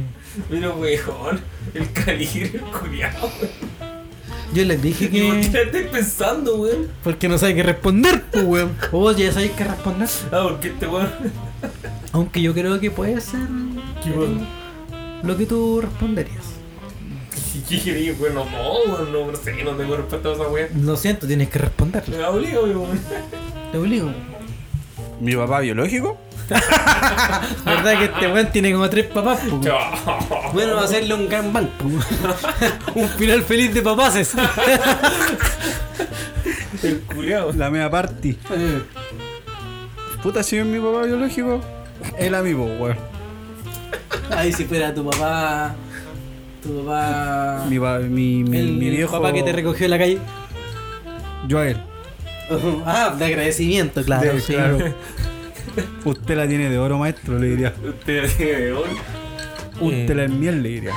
S3: Pero, weón, el calibre, el culiado, weón.
S2: Yo les dije
S3: ¿Y ¿Por qué la
S2: que...
S3: estoy pensando, weón?
S2: Porque no sabe qué responder, pues, weón. O vos ya sabéis qué responder.
S3: Ah, porque este weón.
S2: Aunque yo creo que puede ser eh,
S3: bueno.
S2: lo que tú responderías.
S3: ¿Qué quería, weón? No, weón, no, no sé, no tengo respuesta a esa weón.
S2: Lo siento, tienes que responderle.
S3: Me obligo, weón.
S2: Te obligo.
S5: ¿Mi papá biológico?
S2: ¿Verdad que este weón tiene como tres papás? po?
S3: Chao.
S2: Bueno, va a hacerle un gran banco. un final feliz de papaces.
S3: El culiao.
S5: La mea party. Puta, si es mi papá biológico, el amigo, weón.
S2: Ay, si fuera tu papá. Tu papá.
S5: Mi, pa- mi, mi,
S2: el,
S5: mi
S2: el
S5: viejo.
S2: papá que te recogió en la calle.
S5: Joel.
S2: Ah, de agradecimiento, claro.
S5: De-
S2: sí.
S5: claro. Usted la tiene de oro, maestro, le diría.
S3: Usted así de weón.
S2: Eh.
S5: Usted la es miel, le diría.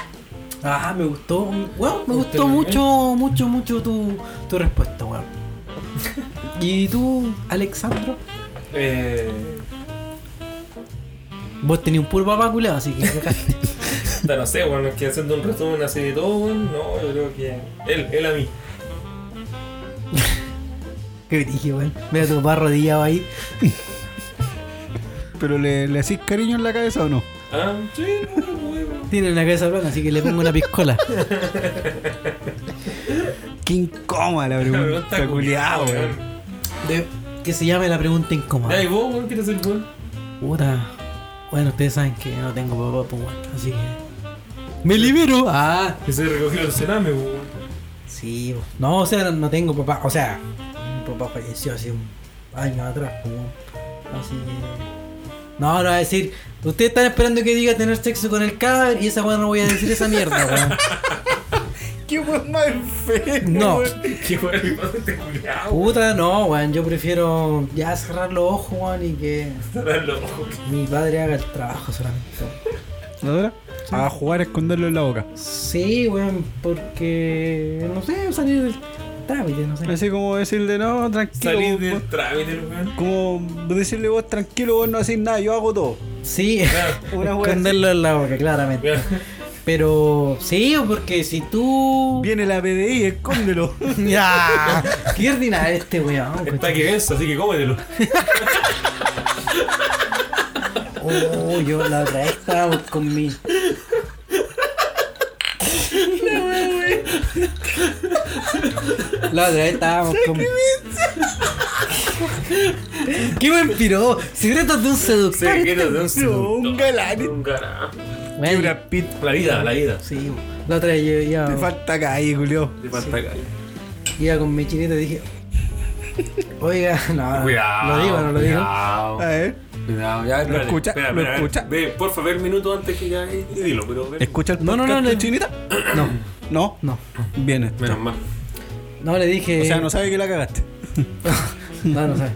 S2: Ah, me gustó. Weón, me gustó mucho, mucho, mucho tu, tu respuesta, weón. ¿Y tú, Alexandro?
S3: Eh.
S2: Vos tenías un puro papá culiao, así que cagaste.
S3: puta, No sé, weón, es que haciendo un resumen así de todo, weón. No, yo creo que. Él, él a mí.
S2: Qué brillo, weón. Mira tu papá arrodillado ahí.
S5: ¿Pero le, le hacís cariño en la cabeza o no?
S3: Ah, sí, no, weón.
S2: Tiene una cabeza plana, así que le pongo una piscola.
S5: Qué incómoda la
S3: La
S5: pregunta,
S3: pregunta culiao,
S5: culiado, weón.
S3: weón.
S2: De- que se llame la pregunta
S3: Ya,
S2: incómoda.
S3: y vos, weón, quieres ser weón.
S2: Puta. Bueno, ustedes saben que no tengo papá, pues bueno, así que. ¡Me libero! Ah,
S3: Que se recogió el cename, weón.
S2: sí. bo. No, o sea, no, no tengo papá. O sea, mi papá falleció hace un año atrás, pues bueno. Así que. No, no, a decir, ustedes están esperando que diga tener sexo con el cadáver y esa weá no voy a decir esa mierda, weón.
S5: Qué weón más enfermo.
S2: No,
S3: Qué weón, qué pasa este culiao.
S2: puta, no, weón. Yo prefiero ya cerrar los ojos, weón, y que
S3: Cerrar los ojos.
S2: mi padre haga el trabajo solamente. weón.
S5: ¿La dura? A jugar a esconderlo en la boca.
S2: Sí, weón, porque no sé, salir del trámite, no sé.
S5: Así como decirle, no, tranquilo.
S3: Salir
S5: vos-
S3: del trámite, weón.
S5: Como decirle vos, tranquilo, vos no hacís nada, yo hago todo.
S2: Sí,
S3: Claro.
S5: Una wea
S2: esconderlo en la boca, claramente.
S3: Mira,
S2: Pero sí, porque si tú.
S5: Viene la PDI, escóndelo.
S2: Ya, qué ordinario este weón.
S3: Está que ves, así que cómetelo.
S2: Oh, yo la otra vez estaba con mi. La otra vez estábamos con. ¡Qué buen piro! Secretos de un seductor.
S3: Secretos de un seductor.
S5: un galán.
S3: Un galán.
S2: Bueno,
S5: Brad Pitt,
S3: La vida, la vida.
S2: Sí, la otra vez yo
S5: te
S2: iba,
S5: falta calle, culio.
S3: Te falta calle.
S2: iba con mi chinita y dije, oiga, no,
S3: Cuidado.
S2: Ah, lo digo, no lo digo. Ah,
S5: A
S3: Cuidado.
S5: ver,
S3: Cuidado, ya,
S5: ¿Lo escucha? ¿Lo escucha?
S3: Ve, porfa, ve el minuto antes que ya. Y dilo, pero. ve.
S5: ¿escucha el
S2: No, no,
S5: podcast
S2: no,
S5: de
S2: no.
S5: chinita?
S2: No,
S5: No,
S2: no,
S5: viene.
S3: Menos mal.
S2: no le dije,
S5: O sea, no sabe que la cagaste.
S2: no, no sabe.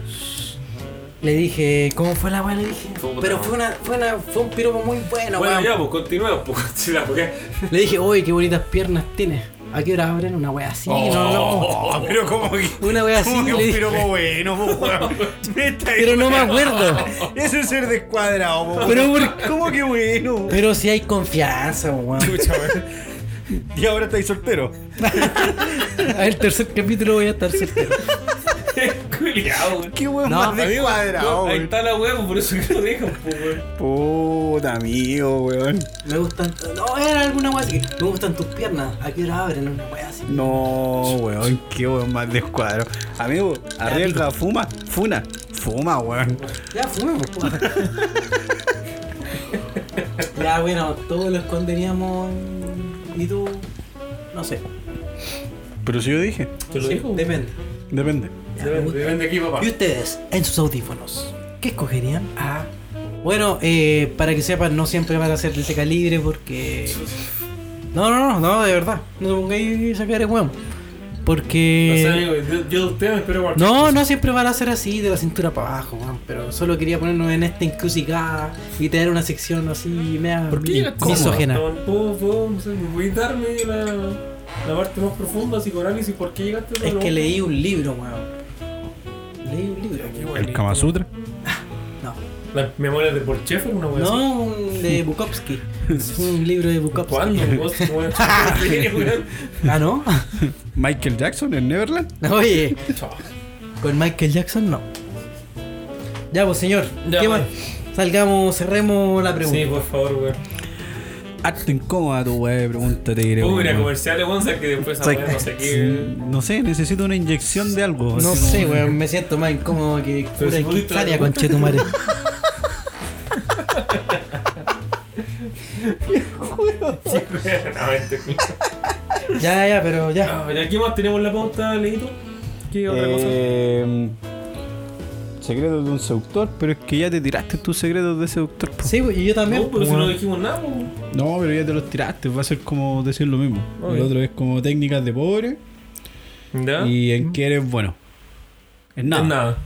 S2: Le dije, ¿cómo fue la weá? Le dije,
S3: Puta,
S2: pero
S3: no.
S2: fue una, fue una, fue un piropo muy bueno,
S3: bueno,
S2: weón.
S3: ya, pues continuemos, pues continuemos, porque.
S2: Le dije, oye, qué bonitas piernas tienes. ¿A qué hora abren una weá así? No, no,
S5: Oh, pero como que.
S2: una weá así.
S5: como que
S2: le dije,
S5: piropo bueno, po, weón. Neta,
S2: pero no me acuerdo.
S5: Ese es ser descuadrado, po,
S2: Pero
S5: weón.
S2: por-
S5: ¿Cómo que bueno?
S2: Pero si hay confianza, weón.
S5: Escucha, weón. Y ahora estáis soltero.
S2: El tercer capítulo voy a estar soltero.
S3: Cuidado, weón.
S5: Qué weón
S2: No,
S5: más
S3: Amigo,
S5: descuadrado,
S3: no, ahí
S5: weón.
S3: está la weá, pues, por eso que lo dejan, pues, weón.
S5: Puta amigo, weón.
S2: Me gustan. No, era alguna weá así. Me gustan tus piernas. ¿A qué hora abren una weá así?
S5: No, weón, qué weón más descuadro. Amigo, arriesga, fuma, funa, fuma, weón.
S2: Ya, fumemos, po. Ya, bueno, todos los conteníamos. ¿Y tú? No sé.
S5: Pero si yo dije,
S3: Te lo
S2: Sí,
S3: dijo.
S2: Depende.
S5: depende.
S2: Ya, me gusta.
S3: Depende aquí, papá.
S2: Y ustedes, en sus audífonos, ¿qué escogerían? Ah. Bueno, eh, para que sepan, no siempre van a ser de ese calibre porque. No, no, no, no, de verdad. No te pongáis a sacar el weón.
S3: No sé,
S2: Porque.
S3: amigo, yo, yo de usted me espero cualquier
S2: Eh, No, no siempre van a ser así, de la cintura para abajo, weón. Pero solo quería ponernos en esta encrucijada y tener una sección así, mea
S3: ¿Por qué llegaste
S2: misógena.
S3: No, puedo, puedo, no sé, voy a darme la, la parte más profunda, psicoanálisis, ¿por qué llegaste a
S2: Es que leí un libro, weón. Leí un libro. weón.
S5: El Kama Sutra.
S2: No,
S3: ¿Las memorias de Porchefer una weá así?
S2: no, un de Bukowski. Es un libro de Bukowski.
S3: ¿Cuándo? ¿Vos, weón?
S2: Ah, no.
S5: Michael Jackson en Neverland.
S2: Oye,
S3: Chao.
S2: con Michael Jackson no. Ya, pues señor,
S3: Ya,
S2: ¿qué
S3: pues.
S2: más? Salgamos, cerremos la
S3: Sí,
S2: pregunta.
S3: por favor, weón.
S5: harto incómoda tu weá de pregunta, te diré.
S3: Uy,
S5: weón.
S3: era comerciales, weón, sabes que después esa
S5: Soy-
S3: weá no sé qué.
S5: No sé, necesito una inyección de algo.
S3: pues,
S2: No
S5: así como-
S2: sé, weón, me siento más incómodo que
S3: Pero
S2: cura
S3: si
S2: si
S3: pudiste
S2: Italia,
S3: darle
S2: conchetumare.
S3: no, este
S2: Ya, ya, pero ya.
S3: Ah, ¿Ya qué más tenemos en la pauta, Leito? ¿Qué otra
S5: Eh, secretos de un seductor, pero es que ya te tiraste tus secretos de seductor. po.
S2: Sí, y yo
S3: cosa?
S2: también.
S3: No, pero si no
S2: weón.
S3: dijimos nada, pues. weón.
S5: No, pero ya te los tiraste, va a ser como decir lo mismo.
S3: Ok.
S5: El otro es como técnicas de pobre
S3: ¿Ya?
S5: y en qué eres bueno. En nada.
S3: Es nada.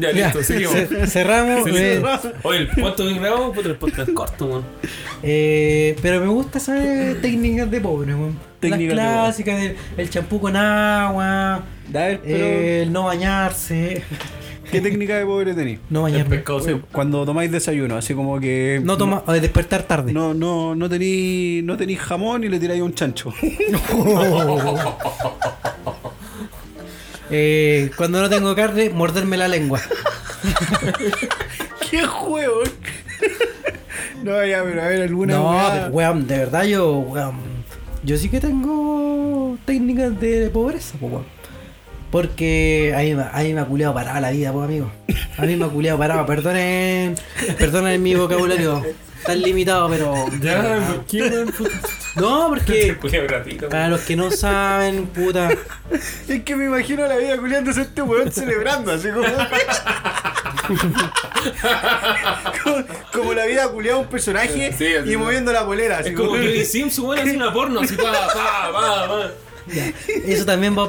S3: Ya,
S2: Ya,
S3: listo, seguimos.
S2: cer- cerramos. eh,
S3: Oye, el cuánto bien grabamos, puto, el podcast es corto, weón.
S2: eh, pero me gusta saber técnicas de pobre, weón.
S5: Técnicas de
S2: Las
S5: pobre.
S2: clásicas, del- el champú con agua,
S5: A ver, pero
S2: eh, el no bañarse,
S5: ¿qué técnica de pobre tenés?
S2: no bañarme,
S3: pescado seco.
S5: Cuando tomáis desayuno, así como que.
S2: no toma, o despertar tarde.
S5: No, no, no tenéis no tení jamón y le tiráis un chancho.
S2: Eh, cuando no tengo carne, morderme la lengua.
S5: ¡Qué juego! no, ya, pero a ver, alguna.
S2: no,
S5: weá.
S2: pero, weón, de verdad yo, weón, yo sí que tengo técnicas de pobreza, po, weón. Porque a mí, me- a mí me ha culeado parada la vida, pues amigo. A mí me ha culeado parada, perdonen, perdonen mi vocabulario tan limitado, pero...
S3: Ya, ¿por qué, weón? Puta,
S2: No, porque
S3: te cuelga ratito, weón.
S2: para los que no saben, puta...
S5: Es que me imagino la vida culiándose a este weón celebrando, así como. como, como la vida culiada un personaje
S3: Sí, así
S5: y
S3: como-
S5: moviendo la polera, así
S3: Es como Johnny Simpson, weón, hace una porno, así, pa, pa, pa, pa.
S2: Eso también va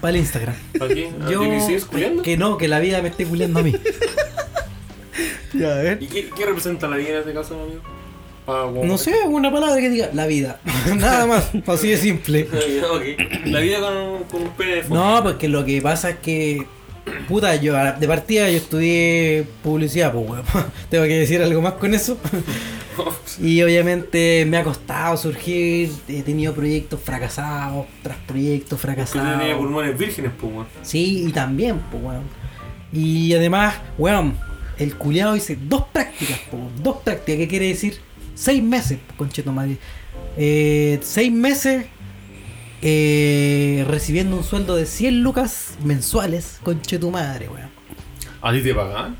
S2: para el Instagram.
S3: ¿Para qué? ¿A
S2: Yo...
S3: Johnny Simpson culiando?
S2: Que no, que la vida me esté culeando a mí.
S5: Ya, a ver.
S3: ¿Y qué, qué representa la vida en este caso, amigo? Ah, weón.
S2: No sé, una palabra que diga la vida. Nada más, así de simple.
S3: Ok. La vida con, con un pene de fondo.
S2: No, porque lo que pasa es que. Puta, yo a- de partida yo estudié publicidad, pues weón. Tengo que decir algo más con eso. Y obviamente me ha costado surgir, he tenido proyectos fracasados, tras proyectos
S3: Que no tenía
S2: fracasados.
S3: pulmones vírgenes, pues, weón.
S2: Sí, y también, pues weón. Y además, weón, el culiado hice dos prácticas, po, weón. dos prácticas, ¿qué quiere decir? Seis meses, concheto madre. Eh, seis meses eh, recibiendo un sueldo de 100 lucas mensuales, concheto madre, weón.
S3: ¿A ti te pagaban?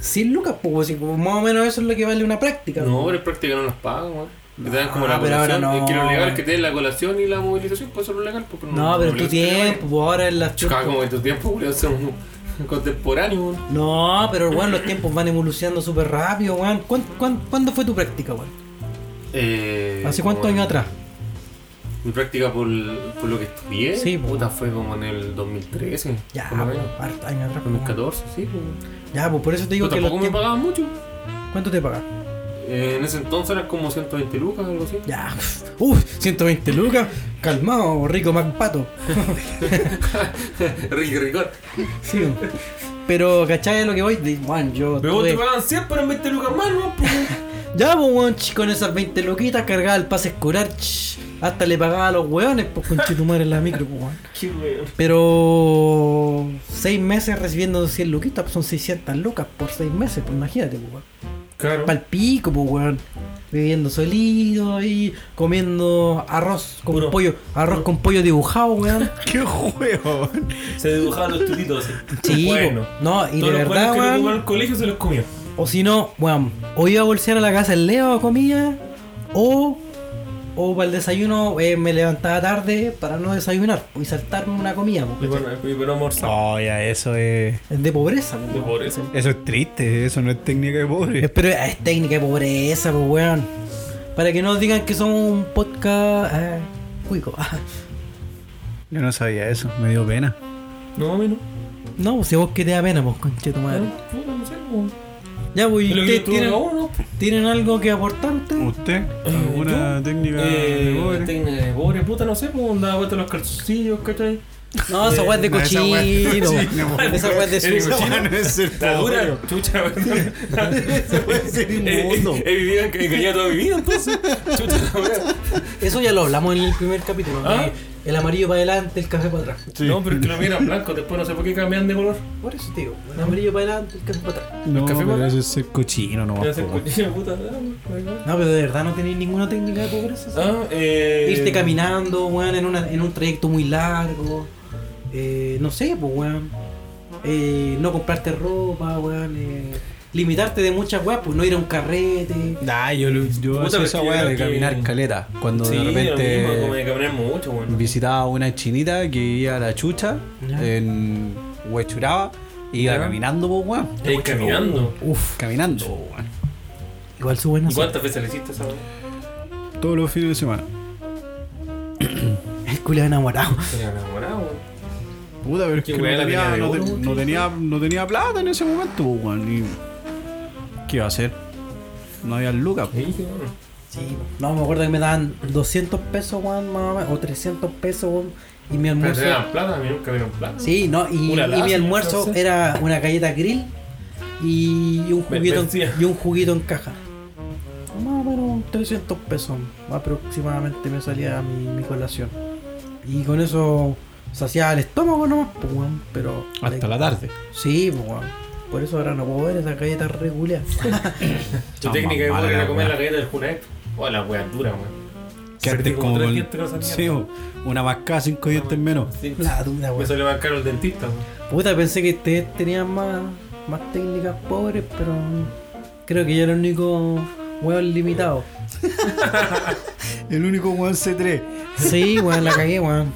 S2: 100 lucas, pues, weón, si como más o menos eso es lo que vale una práctica.
S3: No, pero en práctica no nos pagan, weón. Que te dan
S2: No,
S3: como la
S2: Ah, pero ahora
S3: colación.
S2: no.
S3: Es que lo legal es que te den la colación y la movilización, pues eso es lo legal. Porque
S2: No, pero tu
S3: obligas que te
S2: tiempo, pues, ahora en las
S3: vayan. Chocaba como en tu tiempo, boludo, somos contemporáneos, weón.
S2: No, pero weón, los tiempos van evolucionando súper rápido, weón. ¿Cuán- cuán- ¿Cuándo fue tu práctica, weón?
S3: Eh,
S2: ¿Hace
S3: como
S2: cuántos años
S3: en-
S2: atrás?
S3: Mi práctica por, por lo que estudié,
S2: Sí, pues.
S3: puta, fue como en el 2013.
S2: Ya,
S3: por lo menos.
S2: pues, harto años atrás. pues, weón.
S3: 2014, sí. Pues.
S2: Ya, pues por eso te digo
S3: Pero
S2: que los
S3: tampoco me
S2: tiempos-
S3: pagaban mucho.
S2: ¿Cuánto te pagas?
S3: Eh, en ese entonces eran como 120 lucas, algo así.
S2: Ya. Uf, 120 lucas. Calmado, rico más pato.
S3: Rico, rigor.
S2: Sí. weón. Pero, ¿cachai lo que voy? De- Bueno, yo.
S3: Pero vos
S2: tuve-
S3: te pagaban 100, pero en 20 lucas más, ¿no? Pues,
S2: Ya, pues, weón, ch, con esas 20 luquitas cargaba el pase escolar. ch, Hasta le pagaba a los weones, pues, con chitumar en la micro, pues, weón.
S3: Qué weón.
S2: Pero. 6 meses recibiendo 100 luquitas, pues, son 600 lucas por 6 meses, pues, imagínate, pues, weón.
S3: Claro.
S2: Pal pico, pues, weón. Viviendo solito y comiendo arroz con
S3: Puro.
S2: pollo. Arroz con pollo dibujado, weón.
S5: ¡Qué juego!
S3: Se dibujaban los tutitos. así.
S2: Sí,
S3: bueno.
S2: po. no, y de
S3: Todos
S2: verdad,
S3: los buenos que no ocupaban
S2: weón.
S3: el colegio se los comía.
S2: O si no, weón, o iba a bolsear a la casa el Leo a comida, o, o para el desayuno eh, me levantaba tarde para no desayunar po, y saltarme una comida, po,
S3: Y bueno, y pero almorzaba.
S5: No, ya, eso es.
S2: de pobreza. po,
S3: De
S2: weón.
S3: pobreza.
S5: Eso es triste, eso no es técnica de pobre.
S2: Pero es técnica de pobreza, pues, weón. Para que no digan que somos un podcast eh, cuico.
S5: Yo no sabía eso, me dio pena.
S3: No, menos.
S2: No, pues, si vos que te da pena, pues, conchetumadre
S3: Ah, Puta, no sé, weón.
S2: Ya, pues, ¿y
S3: Es lo que
S2: ustedes
S3: yo tuve pues,
S2: tienen,
S3: a uno.
S2: tienen algo que aportar? ustedes?
S5: ¿Usted? ¿Alguna
S3: Eh, yo,
S5: técnica de
S3: Eh,
S5: pobre?
S3: técnica de pobre, puta, no sé, pues, daba vuelta los calzoncillos, ¿cachai?
S2: No, esa weá es de
S5: No, esa
S2: cochino.
S5: weá es de cochino, po.
S2: Esa weá es de
S3: Eres
S2: sucio.
S3: cochino.
S5: no es ser
S3: La dura, chucha, weón. Eh, He he vivido enga- engañado toda mi vida, entonces. Chucha, la weá.
S2: Eso ya lo hablamos en el primer capítulo.
S3: ¿Ah?
S2: que El amarillo para adelante, el café para atrás.
S3: No, pero es que lo miran blanco, después no sé por qué cambian de color.
S2: Por eso te digo, el amarillo para adelante, el café para atrás.
S5: No,
S3: café
S5: pero
S3: para-
S5: eso es ser cochino nomás.
S3: Ya se
S5: po, weón.
S3: escucha, puta. ah,
S2: No, pero de verdad no tenéis ninguna técnica de pobreza. ¿sí?
S3: Ah, eh.
S2: Irte caminando, weón, en, una- en un trayecto muy largo. Eh, no sé, pues, weón. Eh, no comprarte ropa, weón. eh, limitarte de muchas weas, pues no ir a un carrete.
S5: Nah, yo, yo
S3: Puta,
S5: hacía
S3: pero
S5: esa
S3: que yo
S5: weá
S3: creo
S5: de
S3: que-
S5: caminar caleta. Cuando
S3: Sí,
S5: de
S3: lo mismo, como
S5: repente
S3: de caminar mucho, bueno.
S5: visitaba a una chinita que iba a la chucha
S2: Ya.
S5: en Huechuraba y iba
S3: Ya.
S5: caminando, pues weón.
S3: Ahí caminando.
S5: Uf, caminando, po, weón.
S2: Igual su buena
S3: ¿Y cuántas veces le hiciste esa weá?
S5: Todos los fines de semana.
S2: El culo enamorado.
S3: Era enamorado, weón.
S5: Puta, pero es
S3: Qué
S5: que no
S3: weá, la
S5: tenía,
S3: tenía de
S5: no, te-
S3: oro,
S5: no tenía, no tenía plata en ese momento, po, weón. y- ¿Qué iba a hacer? No había lucas, po.
S3: Sí, bueno.
S2: Sí, no, me acuerdo que me daban 200 pesos, weón, más o menos, o 300 pesos, weón, y mi
S3: Pero
S2: almuerzo.
S3: te daban plata, a mí nunca me dieron plata.
S2: Sí, no, y,
S3: Una
S2: y mi
S3: lata,
S2: almuerzo
S3: entonces.
S2: era una galleta grill y un
S3: Ve-
S2: juguito, en-
S3: vencía.
S2: y un juguito en caja. Más o menos 300 pesos aproximadamente me salía mi, mi colación. Y con eso saciaba el estómago nomás, pues, weón, pero...
S5: Hasta la tarde.
S2: Sí, pues, weón. Por eso ahora no puedo ver esas galletas regulares.
S3: Tu
S5: Ah,
S3: técnica de
S5: mamá,
S3: poder
S5: la
S3: era comer
S5: weá.
S3: la galleta del Junaep. O la weá dura, weón.
S5: Que
S3: Perdí
S5: antes como
S3: tres
S5: con-
S3: dientes, no salía.
S5: Sí, po, una más cada cinco dientes menos.
S3: Sí.
S2: La dura,
S3: Me
S2: weón.
S3: salió más caro el dentista, weón.
S2: Puta, pensé que ustedes tenían más, más técnicas pobres, pero creo que yo era el único weón limitado.
S5: El único weón C3.
S2: Sí, weón, la cagué, weón.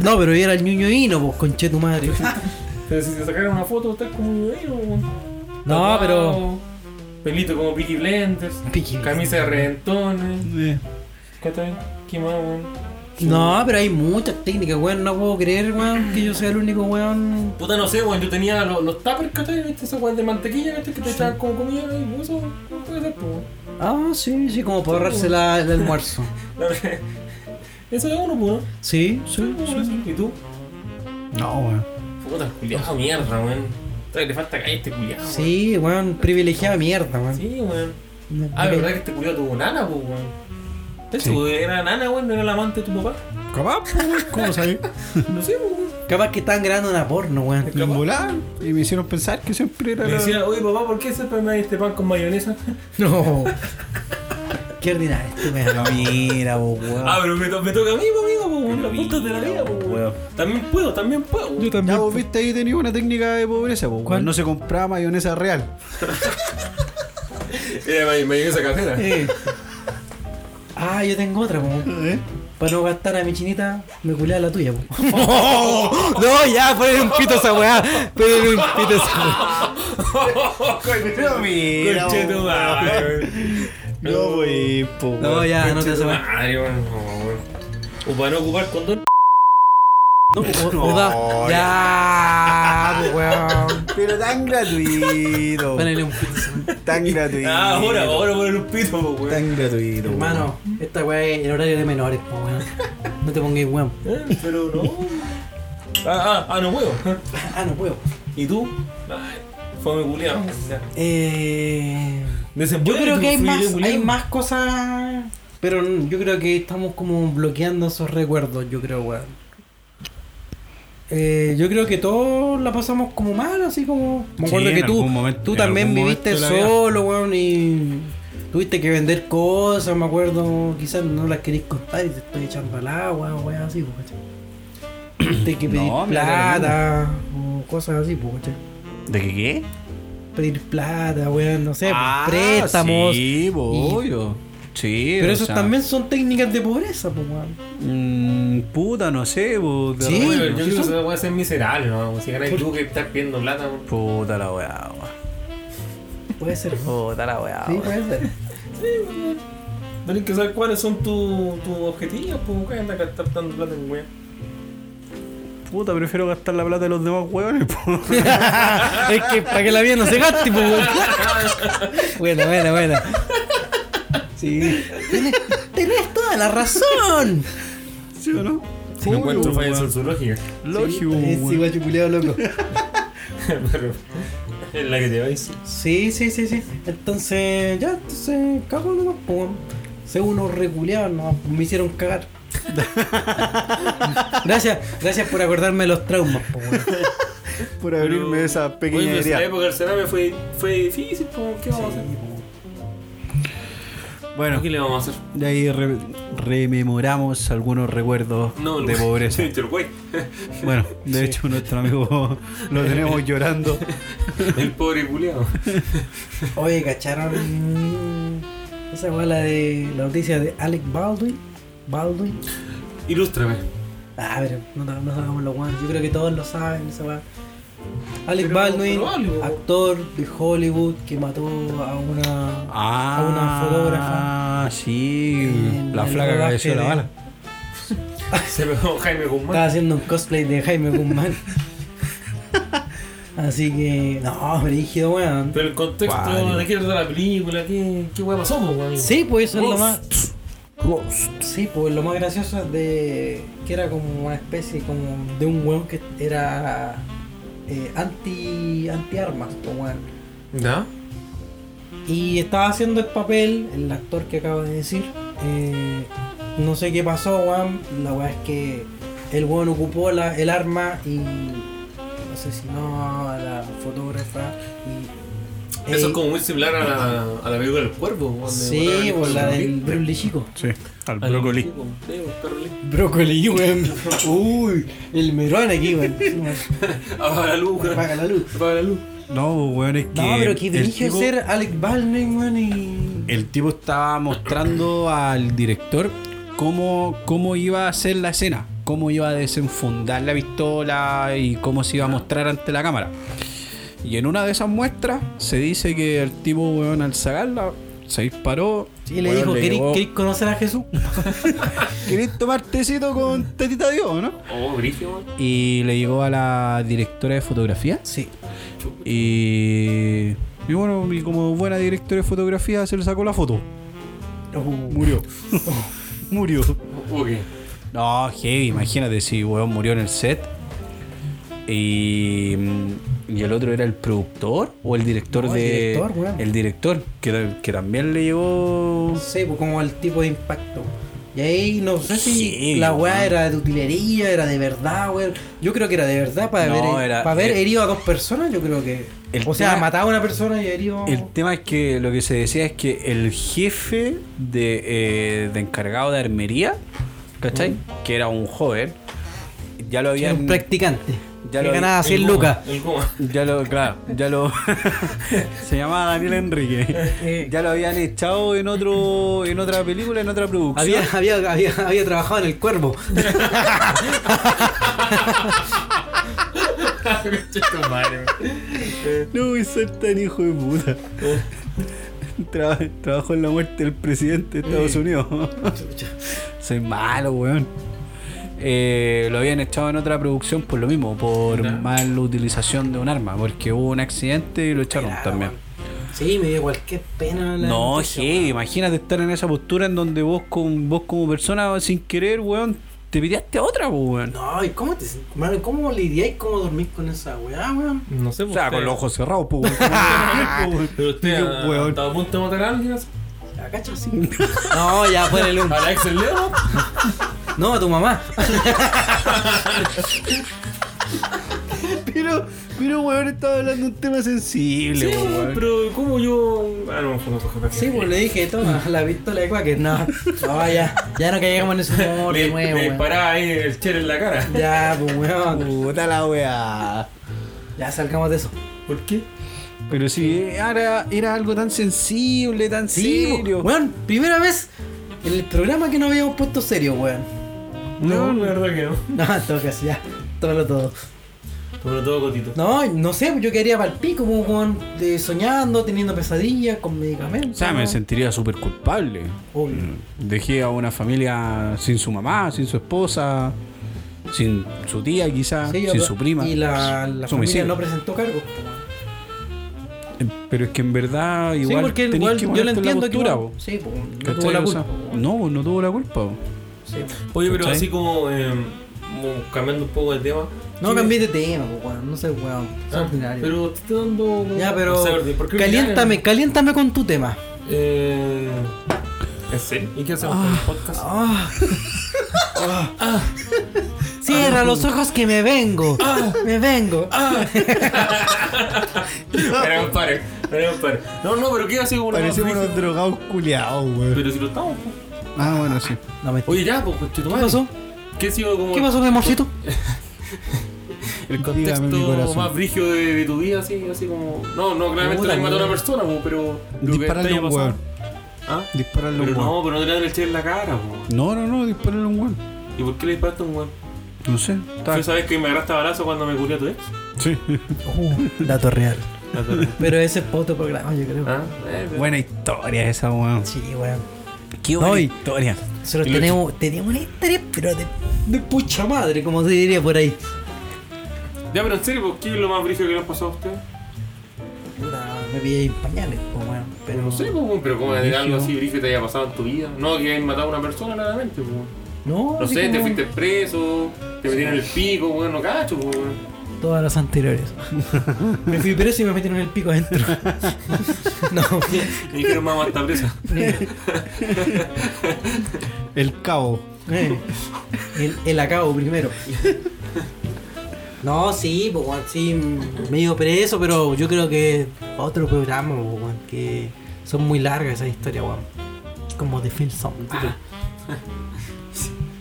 S2: No, pero yo era el ñuño hino, pues, conche tu madre.
S3: Pero si te sacaran una foto, estás como un dueño, weón.
S2: No,
S3: Tatuado,
S2: pero.
S3: Pelito como Peaky Blenders.
S2: Peaky Blinders.
S3: Camisa de redentones. ¿Cachai? ¿Qué más, weón?
S2: No, pero hay muchas técnicas, weón. No puedo creer, weón, que yo sea el único weón.
S3: Puta, no sé, weón. Yo tenía los, los tuppers, ¿cachai? ¿Viste? Esas weón de mantequilla, ¿cachai? Que te echaban como comida y eso. No puede ser, pues, weón.
S2: Ah, sí, sí, como para ahorrarse la- el almuerzo.
S3: La verdad, Eso es uno, pues, ¿no?
S2: Sí, sí, sí.
S3: Sí, ¿Y tú?
S5: No, weón.
S3: Puta, culiado, mierda, weón. Todavía le falta caer este culiado.
S2: Sí, weón, privilegiada mierda, weón.
S3: Sí, weón. Ah, verdad que este culiado tuvo nana, pues, weón. De hecho, era nana, weón, no era el amante de tu papá.
S5: Capaz, po, weón, ¿cómo sabés?
S3: No sé, pues, weón.
S2: Capaz que estaban grabando una porno, weón.
S5: Me volaron y me hicieron pensar que siempre era
S3: Le
S5: la-
S3: decía, oye, papá, ¿por qué siempre me diste pan con mayonesa?
S2: No. Qué ordinario este weón.
S5: Pero Mira, po, weón.
S3: Ah, pero me, to- me toca a mí, pues, amigo, pues, weón. Las putas de la vida, pues, weón. También puedo, también puedo. weón.
S5: Ya vos viste ahí tenía una técnica de pobreza, po, weón. No se compraba mayonesa real.
S3: Era may- mayonesa casera.
S2: Eh. Ah, yo tengo otra, weón.
S5: ¿Eh?
S2: Para no gastar a mi chinita, me culé a la tuya, weón.
S5: No, ya, ponen un pito esa weá. Ponen un pito esa weá. mira,
S3: Concheto madre, weón.
S5: No,
S2: pues,
S5: wey, po.
S2: No, ya, no te hace más.
S3: Madre, weón. No, weón. O para no Pues ocupar condón.
S2: No, o- o da- Ya, pues, weón.
S5: Pero tan gratuito.
S2: Ponele un pito.
S5: tan gratuito.
S3: Ah, ahora, ahora poner un pito, pues, weón.
S5: Tan gratuito.
S2: Hermano, esta weá es el horario de menores, po, weón. No te pongas weón.
S3: Eh, Pero no. Ah, ah, ah, no puedo.
S2: Ah, no puedo.
S3: ¿Y tú? Ay, fome culiado.
S2: Eh, yo creo que hay más, hay más cosas. Pero n- yo creo que estamos como bloqueando esos recuerdos, yo creo, weón. Eh, yo creo que todos la pasamos como mal, así como. Me
S5: Sí,
S2: acuerdo
S5: en
S2: que tú,
S5: algún momento-
S2: tú
S5: en
S2: también
S5: algún
S2: viviste
S5: momento de la vida.
S2: solo, weón, y tuviste que vender cosas, me acuerdo. Quizás no las queréis contar y te estoy echando al agua, weón, así, pues, ¿cachai? Tuviste que pedir
S5: No, me da lo
S2: plata o cosas así, pues, ¿cachai?
S5: ¿De qué qué?
S2: pedir plata, weón, no sé, pues, préstamos.
S5: Ah, Sí, po,
S2: Y-
S5: obvio. Sí,
S2: Pero
S5: o
S2: eso
S5: sea,
S2: también son técnicas de pobreza, pues, weón.
S5: mm, puta, no sé, po, de
S2: Sí.
S5: repente-
S3: Yo creo que se puede ser miserable, ¿no? Pues Si ganas tú que estás pidiendo plata, weón.
S5: Puta la weá, weón.
S2: Puede ser. Sí,
S5: Puta la weá. weón.
S2: puede ser.
S3: Tienes que saber cuáles son tus tus objetivos, pues, que andas gastando plata en weón.
S5: Puta, prefiero gastar la plata de los demás weones, po.
S2: es que para que la vida no se gaste, pues, weón. Bueno, bueno, bueno. Sí. Tenés, tenés toda la razón.
S5: ¿Sí o no?
S3: Si no encuentro fallas en su lógica.
S5: Lógico,
S2: es
S5: weón.
S2: igual chupuleado, loco.
S3: Pero es la que te vais.
S2: Sí, sí, sí, sí. Entonces, ya, entonces, cago nomás, pues, weón. Según unos reculeados, no, me hicieron cagar. Gracias, gracias por acordarme de los traumas, po, weón.
S5: Por abrirme esa
S3: Oye,
S5: pequeña
S3: pero esa
S5: herida.
S3: época del cerame fue, fue difícil, po, ¿qué vamos a hacer?
S5: Bueno,
S3: ¿Qué le vamos a hacer?
S5: de ahí re- rememoramos algunos recuerdos
S3: No,
S5: de pobreza.
S3: El güey.
S5: Bueno, de hecho, nuestro amigo lo tenemos llorando.
S3: El pobre culiado.
S2: Oye, ¿cacharon esa fue la de la noticia de Alec Baldwin? Baldwin.
S3: Ilústrame.
S2: Ah, pero no, no sabemos los guantes. Yo creo que todos lo saben, esa weá. Alec
S3: Pero-
S2: Baldwin,
S3: pero algo.
S2: actor de Hollywood que mató a una, a una fotógrafa.
S5: Ah, sí.
S2: En
S5: La
S2: el
S5: flaca que
S2: rodaje
S5: deseó la
S2: de-
S5: bala.
S3: Se pegó Jaime Guzmán.
S2: Estaba haciendo un cosplay de Jaime Guzmán. Así que, no, brígido, weón.
S3: Pero el contexto
S5: Cuático.
S3: de qué trata la película, qué, qué weá pasó, po, amigo.
S2: Sí, pues eso es lo
S3: Ghost.
S2: más. Sí, pues lo más gracioso es de que era como una especie como de un weón que era eh, anti anti armas, pues weón.
S3: ¿Ya?
S2: Y estaba haciendo el papel, el actor que acabo de decir. eh, no sé qué pasó, weón. La weá es que el weón ocupó la- el arma y asesinó a la fotógrafa. Y,
S3: Eso
S2: eh,
S3: es como muy similar a la, a la película del cuervo. po, donde mataron
S2: Sí,
S3: al
S2: por la
S3: perro
S2: del
S3: Lee.
S2: Brully Chico.
S5: Sí, al
S3: Al-
S5: brócoli.
S3: Sí, po, sí, po, perro Lee.
S2: Brócoli, weón. Uy, el merón aquí, weón.
S3: Apaga la luz, güey.
S2: Apaga la luz.
S3: Apaga la luz.
S5: No, weón, es que.
S2: No, pero que
S5: el
S2: dirige
S5: tipo-
S2: ser Alec Baldwin, weón, y.
S5: El tipo estaba mostrando al director cómo, cómo iba a hacer la escena, cómo iba a desenfundar la pistola y cómo se iba a mostrar ante la cámara. Y en una de esas muestras se dice que el tipo, weón, al sacarla, se disparó.
S2: Sí, le
S5: Weón,
S2: dijo, ¿queréis
S5: llegó,
S2: queréis conocer a Jesús?
S5: "¿Queréis tomar tecito con tetita de Dios, no?
S3: Oh, brígido, güey.
S5: Y le llegó a la directora de fotografía.
S2: Sí.
S5: Y, y bueno, y como buena directora de fotografía se le sacó la foto.
S2: Oh.
S5: Murió. Murió.
S3: Ok.
S5: No, heavy, imagínate si weón murió en el set. Y, mm, y el otro era el productor o el director
S2: No, el
S5: de.
S2: director, weón.
S5: el director, que, que también le llegó.
S2: Sí, pues como el tipo de impacto. Y ahí no sé si
S5: Sí,
S2: la weá
S5: weón.
S2: era de utilería, era de verdad, weón. Yo creo que era de verdad para
S5: No,
S2: haber,
S5: era-
S2: para haber
S5: el-
S2: herido a dos personas, yo creo que.
S5: El
S2: o sea,
S5: tema-
S2: mataba a una persona y herido.
S5: El tema es que lo que se decía es que el jefe de, eh, de encargado de armería, ¿cachai? Que era un joven, ya lo
S2: Era Mm. un
S5: habían.
S2: practicante.
S5: ya
S2: que
S5: lo-
S2: ganaba
S5: el
S2: 100
S3: Goma,
S2: lucas.
S3: El goma.
S5: Ya lo, claro, ya lo. se llamaba Daniel Enrique.
S2: Eh.
S5: Ya lo habían echado en otro, en otra película, en otra producción.
S2: Había, había, había, había trabajado en el cuervo.
S3: Chico, madre, güey.
S5: No voy a ser tan hijo de puta.
S2: Eh.
S5: Tra- trabajo en la muerte del presidente
S2: Eh.
S5: de Estados Unidos. Soy malo, weón. Eh, lo habían echado en otra producción por lo mismo, por
S3: Ya.
S5: mala utilización de un arma, porque hubo un accidente y lo echaron también.
S2: Sí, me dio cualquier pena. la
S5: No,
S2: noticia,
S5: hey, imagínate estar en esa postura en donde vos, con, vos como persona, sin querer, weón, te pideaste a otra, pues, weón.
S2: No, ¿y cómo te hermano, ¿Cómo lidiáis cómo dormís con esa weá, weón?
S3: No sé,
S5: O sea, con los ojos cerrados, pues, weón.
S3: Pero usted
S2: ah,
S3: ha,
S5: Weón.
S3: estado a punto de matar a alguien. así.
S2: ¿La cachas? Sí. No, ya ponele un.
S3: A la ex del Leo.
S2: No, a tu mamá.
S5: Pero, pero, weón, estaba hablando de un tema sensible,
S3: Sí,
S5: po,
S3: güey,
S5: weón.
S3: pero ¿cómo yo...? Ah, no, fue otro jefe.
S2: Sí, pues le dije, toma, la pistola de Quaker. No, no, ya. Ya no caigamos en ese humor
S3: Le,
S2: de
S3: le
S2: nuevo, weón.
S3: disparaba ahí el cher en la cara.
S2: Ya, pues weón.
S5: Puta la weá.
S2: Ya salgamos de eso.
S3: ¿Por qué?
S5: Pero sí, era, era algo tan sensible, tan
S2: Sí, pues,
S5: serio.
S2: weón. Primera vez en el programa que no habíamos puesto serio, weón.
S3: No, la verdad que no.
S2: No, en todo caso, ya. Todo, todo.
S3: Sobre todo Cotito.
S2: No, no sé, yo quedaría para el pico, como con, de, soñando, teniendo pesadillas, con medicamentos.
S5: O sea, me
S2: ¿no?
S5: sentiría súper culpable.
S2: Obvio.
S5: Mm. Dejé a una familia sin su mamá, sin su esposa, sin su tía quizás,
S2: Sí,
S5: sin
S2: apro-
S5: su prima.
S2: Y la, la familia
S5: Su homicidio.
S2: no presentó cargos.
S5: Pero es que en verdad
S2: sí,
S5: igual
S2: porque el
S5: tenés
S2: igual
S5: que
S2: yo lo
S5: ponerte en la
S2: entiendo
S5: postura,
S2: que.
S5: po.
S2: igual- Sí, pues, no
S5: ¿Cachai?
S2: tuvo la
S5: O sea, mm.
S2: culpa. po.
S5: no, no tuvo la culpa. po.
S2: Sí, po.
S3: Oye, pero
S5: ¿Cachai?
S3: así como, eh, como cambiando un poco de tema.
S2: No
S3: ¿qué-
S2: cambié de tema, po, weón. No sé, weón. Es
S3: Ah,
S2: ordinario.
S3: pero te estoy dando.
S2: ya, pero.
S3: o sea, ¿por qué
S2: caliéntame, caliéntame con tu tema.
S3: Ah. Eh, ¿En serio? ¿Y qué hacemos con el podcast?
S2: Ah. Cierra
S5: Ah.
S2: los ojos que me vengo.
S3: Ah.
S2: Me vengo.
S3: Pero compadre, pero compadre. No, no, pero ¿qué hace con
S5: Parecemos unos drogados culiados, weón.
S3: Pero si lo estamos. po.
S5: Ah, bueno, sí.
S2: No, me...
S3: Oye, ya, pues, ¿qué
S2: ¿Qué pasó?
S3: ¿Qué ha sido como
S2: ¿Qué pasó, mi amorcito?
S3: el
S5: Dígame, mi
S3: contexto
S5: corazón.
S3: más brígido de, de tu vida? Así, así como. No, no, claramente
S5: Puta,
S3: no mató a una
S5: mierda.
S3: persona, po, pero. lo que te
S5: Dispararle a
S3: haya
S5: un
S3: pasado.
S5: weón.
S3: ¿Ah?
S5: Dispararle a
S3: Pero
S5: un weón.
S3: no, pero no te le dan el che en la cara, po.
S5: No, no, no, dispararle a un weón.
S3: ¿Y por qué le disparaste a un weón?
S5: No sé. Tal.
S3: ¿Tú sabes que me agarraste a balazo cuando me curé a tu ex?
S5: Sí.
S2: Uh, dato real. Pero ese es para otro programa, yo creo.
S3: ¿Ah? eh, pero-
S5: Buena historia esa, weón.
S2: Sí, weón.
S5: Qué
S2: buena
S5: historia.
S2: Nosotros tenemos, tenemos una historia, pero de, de pucha madre, como se diría por ahí.
S3: Ya, pero en serio, po, ¿qué es lo más brígido que le ha pasado a usted?
S2: Puta, me pillé en pañales, pues, weón. Pero
S3: No sé, po, pero ¿cómo de algo así brígido te haya pasado en tu vida? No, que hayas matado a una persona, claramente, po.
S2: No,
S3: No
S2: así
S3: sé, te
S2: como
S3: fuiste preso, te metieron el pico, weón, no cacho, weón.
S2: Todas las anteriores. me fui preso y me metieron el pico adentro. no,
S3: Me dijeron mamá está presa.
S5: El cabo.
S2: Eh, el, el acabo primero. No, sí, pues weón, sí, medio preso, pero yo creo que otro programa, pues, weón, que son muy largas esas historias, weón. Como de Phil Song.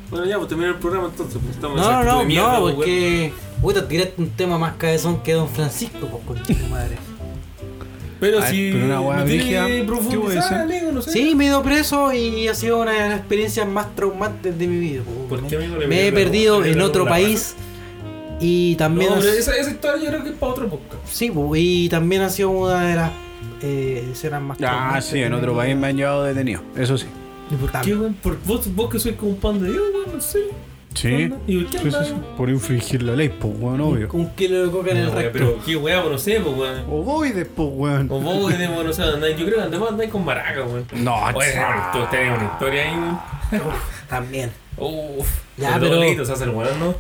S3: Bueno, ya, pues terminar el programa entonces. Pues, estamos en
S2: No,
S3: actitud
S2: no,
S3: de mierda,
S2: no,
S3: pues, weón.
S2: porque. Puta, tiraste un tema más cabezón que Don Francisco, pues, concha de madre.
S3: Pero
S5: Ay,
S3: si.
S5: pero una weá
S3: no tiene
S5: brígida,
S3: que
S5: ¿qué voy a
S3: profundizar,
S5: decir?
S3: amigo, no sé.
S2: Sí, me he ido preso y ha sido una de las experiencias más traumantes de mi vida. pues,
S3: ¿Por
S2: weón.
S3: qué, amigo,
S2: me
S3: le
S2: he
S3: metieron la-
S2: perdido
S3: le
S2: en
S3: metieron
S2: otro
S3: la
S2: país y
S3: No,
S2: también.
S3: pero
S2: ha-
S3: esa, esa historia yo creo que es para otro podcast.
S2: Sí, po, y también ha sido una de las eh, escenas más
S5: Ah,
S2: traumáticas
S5: sí, en
S2: de
S5: otro
S2: mi
S5: país
S2: vida.
S5: me han llevado detenido. Eso sí.
S2: Y por tanto,
S3: ¿Qué, weón? Por- Vos, vos que sois como un pan de Dios, weón, no sé.
S5: Sí.
S3: ¿Y por qué
S5: Sí, sí, sí.
S3: andas?
S5: Por infringir la ley, pues, weón, obvio.
S2: Un kilo de coca en el
S3: No, weón,
S2: recto.
S3: Pero qué weón, no sé, pues, weón.
S5: Ovoides, pues, weón.
S3: O vos, weón, weón, no sé, andáis- yo creo que andamos andáis con maraca, weón.
S5: No,
S3: Oye,
S5: tsa.
S3: tú tenés una historia ahí, weón.
S2: También.
S3: Uf,
S2: Ya,
S3: pero.
S2: pero-
S3: Dolitos, hace el weón, ¿no?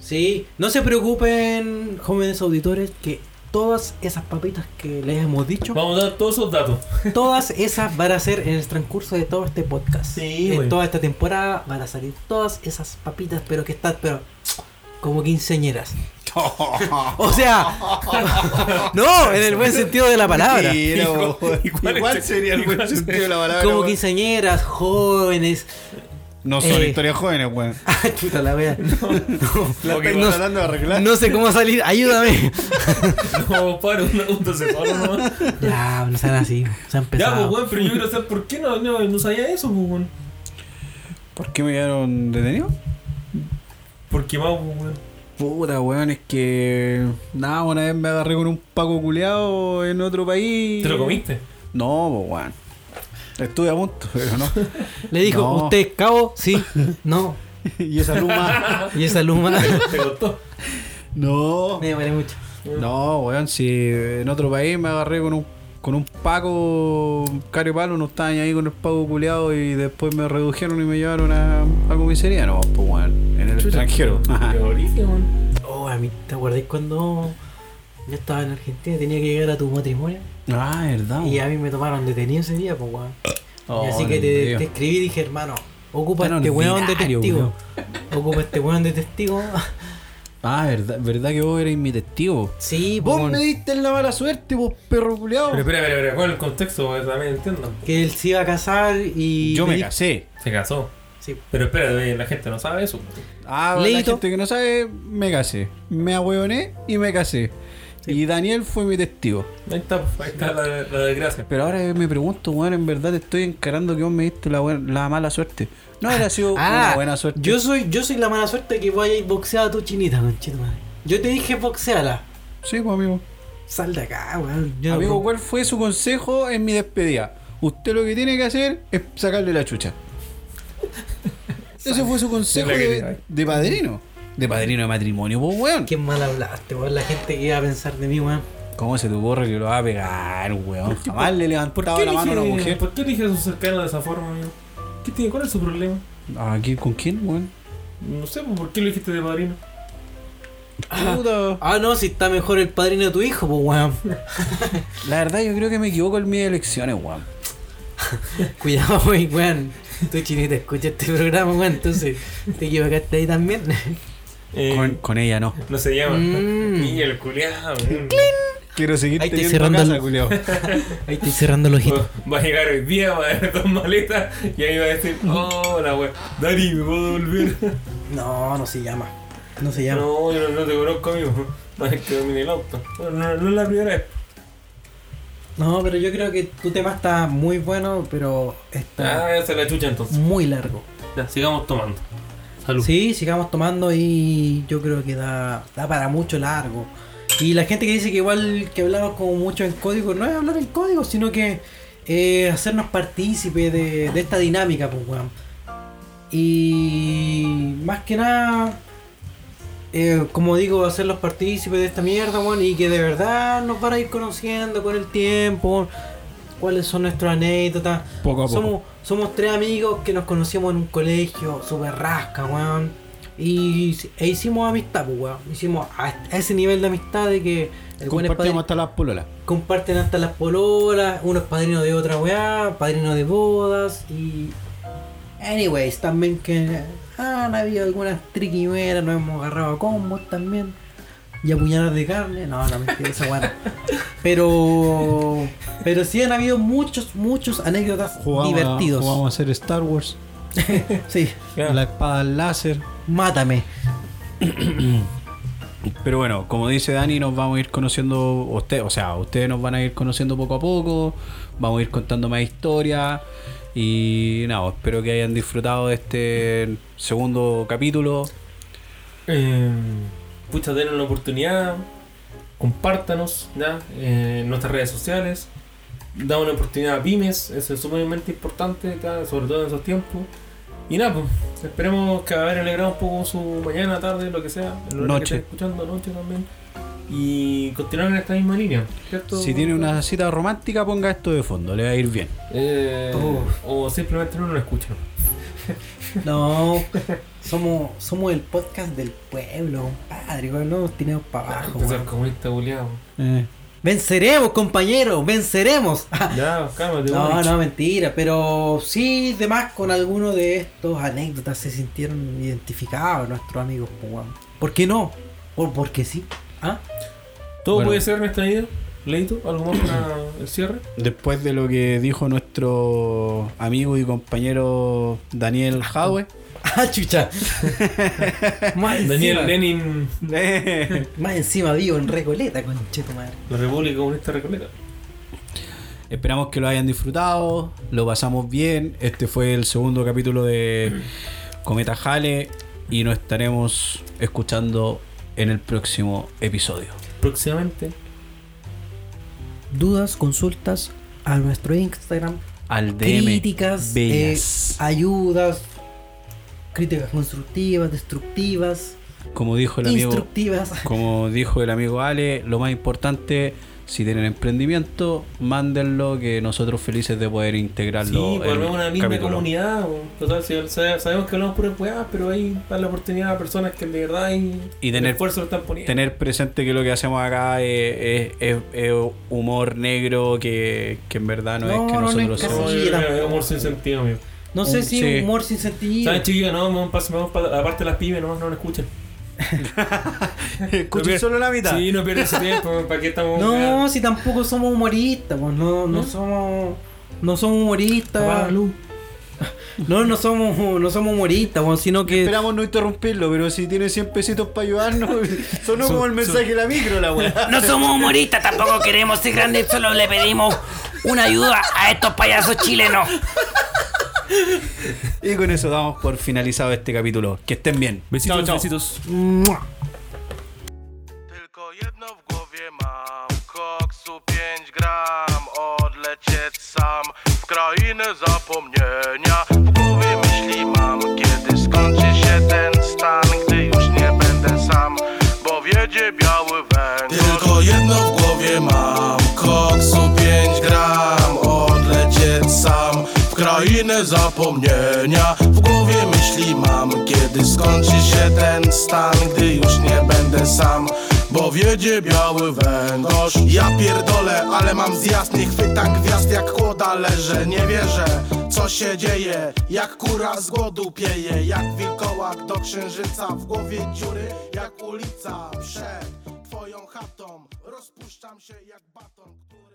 S2: Sí, no se preocupen, jóvenes auditores, que todas esas papitas que les hemos dicho,
S3: Vamos a dar todos esos datos.
S2: todas esas van a ser en el transcurso de todo este podcast.
S3: Sí,
S2: en
S3: güey.
S2: toda esta temporada van a salir todas esas papitas, pero que están, pero como quinceñeras. o sea, no, en el buen sentido de la palabra.
S5: Mira,
S3: Hijo,
S5: weón.
S3: ¿y cuál
S5: Igual
S3: es-
S5: sería el
S3: igual
S5: buen
S3: es-
S5: sentido de la palabra.
S2: Como
S5: weón.
S2: quinceañeras, jóvenes.
S5: No son
S2: Eh.
S5: historias jóvenes, weón.
S2: Ah, Chuta la wea.
S5: La
S2: No,
S5: estoy
S2: no,
S5: tratando de arreglar.
S2: no sé cómo salir, ayúdame.
S3: No, para, un auto se solo, ¿no?
S2: ya, no sean así, se han
S3: Ya, pues,
S2: pesado.
S3: weón, pero yo quiero saber por qué no, no, no sabía eso, pues, weón.
S5: ¿Por qué me llevaron detenido?
S3: Porque vamos, pues, weón.
S5: Puta, weón, es que. Nada, una vez me agarré con un paco culeado en otro país.
S3: ¿Te lo comiste?
S5: No, pues, weón. Estuve a punto, pero no.
S2: Le dijo,
S5: No.
S2: ¿usted es cabo? Sí, no.
S5: y esa luma.
S2: Y esa luma
S3: ¿Te costó?
S5: No.
S2: me vale mucho.
S5: No, weón, si en otro país me agarré con un, con un paco caro y palo, no estaban ahí con el paco culeado y después me redujeron y me llevaron a, a comisaría, no, pues weón, en el extranjero.
S3: Qué origen, weón.
S2: Oh, a mí, ¿te acordáis cuando yo estaba en Argentina y tenía que llegar a tu matrimonio?
S5: Ah, verdad.
S2: Y a mí me tomaron detenido ese día, pues, weón.
S5: Oh,
S2: y así que te,
S5: Dios.
S2: te escribí y dije, hermano, ocupa
S5: Tan
S2: este weón de
S5: ordinario,
S2: testigo. Ocupa este weón de testigo.
S5: Ah, verdad, verdad que vos erais mi testigo.
S2: Sí, pues,
S5: Vos
S2: weón.
S5: me diste la mala suerte, vos perro culeado.
S3: Pero espera, espera, espera, ¿cuál es el contexto? Porque también entiendo.
S2: que él se iba a casar y.
S5: Yo me
S2: di-
S5: casé.
S3: Se casó.
S2: Sí.
S3: Pero espera, eh, la gente no sabe eso.
S5: Ah, la
S2: Leito.
S5: gente que no sabe, me casé. Me ahueoné y me casé. Y Daniel fue mi testigo.
S3: Ahí está, ahí está la, la desgracia.
S5: Pero ahora me pregunto, weón, en verdad te estoy encarando que vos me diste la, buen- la mala suerte. No hubiera sido
S2: Ah,
S5: una buena suerte.
S2: Yo soy, yo soy la mala suerte que vaya y boxea a tu chinita, conchito madre. Yo te dije boxeala.
S5: Sí, pues amigo.
S2: Sal de acá, weón. Yo no-
S5: Amigo, ¿cuál fue su consejo en mi despedida? Usted lo que tiene que hacer es sacarle la chucha. Ese fue su consejo
S3: Es la que
S5: de,
S3: tiene.
S5: de padrino. De padrino de matrimonio, pues weón.
S2: Qué mal hablaste, weón. La gente que iba a pensar de mí, weón.
S5: ¿Cómo se te ocurre que lo va a pegar, weón? Jamás le
S3: ¿Por
S5: levantaba
S3: qué
S5: la mano a una
S3: dije,
S5: mujer.
S3: ¿Por qué dije eso cercano de esa forma, amigo? ¿Qué tiene? ¿Cuál es su problema?
S5: Ah, ¿qué- ¿Con quién, weón?
S3: No sé, pues, ¿por qué lo dijiste de padrino?
S5: Puta.
S2: Ah, no, si está mejor el padrino de tu hijo, pues, weón.
S5: La verdad, yo creo que me equivoco en mis elecciones, weón.
S2: Cuidado, wey, weón. Tú, chinita, escucha este programa, weón. Entonces, te equivocaste ahí también.
S3: Eh,
S5: Con, con ella no.
S3: No se llama.
S2: Mm.
S3: Y el culiado.
S10: Quiero seguir
S2: Ahí te
S10: teniendo
S2: cerrando
S10: casa,
S2: el-
S10: culiao.
S2: Ahí estoy cerrando los ojitos.
S3: mm, Va a llegar hoy día, va a haber dos maletas y ahí va a decir, oh la wea, Dari, ¿me puedo volver?
S2: No, no se llama. No se llama.
S3: No, yo no, no te conozco, amigo. No es que domine el auto. Bueno, no, no es la primera vez.
S2: No, pero yo creo que tu tema está muy bueno, pero está
S3: Ah, esa es la chucha entonces.
S2: muy largo.
S3: Ya, sigamos tomando. Salud.
S2: Sí, sigamos tomando y yo creo que da, da para mucho largo. Y la gente que dice que igual que hablamos como mucho en código, no es hablar en código, sino que eh, hacernos partícipes de, de esta dinámica, pues, weón. Y más que nada, eh, como digo, hacerlos partícipes de esta mierda, weón, y que de verdad nos van a ir conociendo con el tiempo, cuáles son nuestras anécdotas.
S5: Poco a poco.
S2: Somos, somos tres amigos que nos conocimos en un colegio, super rasca, weón. Y, e hicimos amistad, pues, weón. Hicimos a, a ese nivel de amistad de que el weón es
S5: Compartimos
S2: padri-
S5: hasta las pololas.
S2: comparten hasta las pololas, uno es padrino de otra weá, padrino de bodas y... Anyways, también que han habido algunas triquimeras, nos hemos agarrado a combos también. Y a puñalas de carne, no, no mentira, esa weá. no. Pero... Pero sí han habido muchos, muchos anécdotas divertidos.
S5: A, jugamos a hacer Star Wars.
S2: Sí,
S5: La espada láser.
S2: mátame.
S5: Pero bueno, como dice Dani, nos vamos a ir conociendo, usted, o sea, ustedes nos van a ir conociendo poco a poco, vamos a ir contando más historias y nada, espero que hayan disfrutado de este segundo capítulo.
S3: Eh, pucha, denle una oportunidad. Compártanos ¿ya? Eh, en nuestras redes sociales. Da una oportunidad a pymes, eso es sumamente importante, ¿ya? sobre todo en esos tiempos. Y nada, pues, esperemos que haber alegrado un poco su mañana, tarde, lo que sea. el horario que
S5: Noche.
S3: esté escuchando, noche también. Y continuar en esta misma línea, ¿cierto?
S5: Si tiene una cita romántica, ponga esto de fondo, le va a ir bien.
S3: Eh, O simplemente no lo escuchan.
S2: No, somos, somos el podcast del pueblo, compadre, weón, no nos tiramos para abajo.
S3: Empezar
S2: weón.
S3: como este buleado.
S5: Eh,
S2: Venceremos, compañeros, venceremos.
S3: Ya, cálmate,
S2: No,
S3: weón.
S2: no, mentira, pero sí, de más con alguno de estos anécdotas se sintieron identificados nuestros amigos, pues, weón. ¿Por qué no? ¿Por, porque sí. ¿Ah?
S3: Todo
S5: Bueno.
S3: puede ser en esta vida. Leito, ¿algo más para el cierre?
S5: Después de lo que dijo nuestro amigo y compañero Daniel Jadwe,
S2: Ah, chucha. más encima,
S3: Daniel Lenin,
S5: eh,
S2: más encima vivo en Recoleta, concheto madre.
S3: la República Comunista Recoleta.
S5: Esperamos que lo hayan disfrutado, lo pasamos bien. Este fue el segundo capítulo de Cometa Jale y nos estaremos escuchando en el próximo episodio.
S3: Próximamente.
S2: dudas, consultas a nuestro Instagram,
S5: Al DM.
S2: críticas, eh,
S5: Bellas.
S2: ayudas, críticas constructivas, destructivas,
S5: como dijo el amigo,
S2: instructivas.
S5: como dijo el amigo Ale, lo más importante, si tienen emprendimiento, mándenlo que nosotros felices de poder integrarlo.
S3: Sí,
S5: en
S3: volvemos a una linda
S5: capítulo.
S3: comunidad. weón. Total, si- sabe- sabemos que hablamos puras weas, pero ahí da la oportunidad a personas que de verdad y,
S5: Y tener-
S3: esfuerzo lo están poniendo.
S5: tener presente que lo que hacemos acá es, es- es- es humor negro que, que en verdad no,
S2: No,
S5: es que
S2: no, no
S5: nosotros
S2: es casi-
S3: No,
S5: somos.
S3: yo
S2: Sí,
S3: creo
S2: tampoco.
S3: que es humor sin sentido, amigo.
S2: No sé si
S5: Sí.
S2: humor sin sentido.
S3: ¿Saben, chiquillos? No, vamos pas- vamos pa- aparte de las pibes, nomás no nos escuchan.
S5: Escuchen
S3: No pier-
S5: solo la mitad.
S3: Sí, no pierden ese tiempo. ¿Para qué estamos
S2: No,
S3: weando?
S2: si tampoco somos humoristas, pues, no,
S5: ¿Eh?
S2: no somos no somos
S3: Apaga
S2: humoristas.
S3: la luz.
S2: No, no somos no somos humoristas, pues, sino que
S10: Esperamos no interrumpirlo, pero si tiene 100 pesitos para ayudarnos, sonó
S3: Son-
S10: como el mensaje de la micro, la weá.
S8: No somos humoristas, tampoco queremos ser grandes, solo le pedimos una ayuda a estos payasos chilenos.
S5: Y con eso damos por finalizado este capítulo. Que estén bien.
S3: Besitos, besitos.
S1: Tylko jedno w głowie mam Koksu 5 gram Odlecieć sam W krainę zapomnienia W głowie myśli mam Kiedy skończy się ten stan Gdy już nie będę sam Bo wiedzie biały węgorz Tylko jedno w głowie mam Koksu 5 gram Odlecieć sam W krainę zapomnienia W głowie myśli mam Kiedy skończy się ten stan Gdy już nie będę sam bo wiedzie biały węgorz Ja pierdolę, ale mam zjazd, nie chwytam gwiazd jak kłoda leżę Nie wierzę, co się dzieje, jak kura z głodu pieje Jak wilkołak do księżyca, w głowie dziury jak ulica Przed twoją chatą, rozpuszczam się jak baton, który...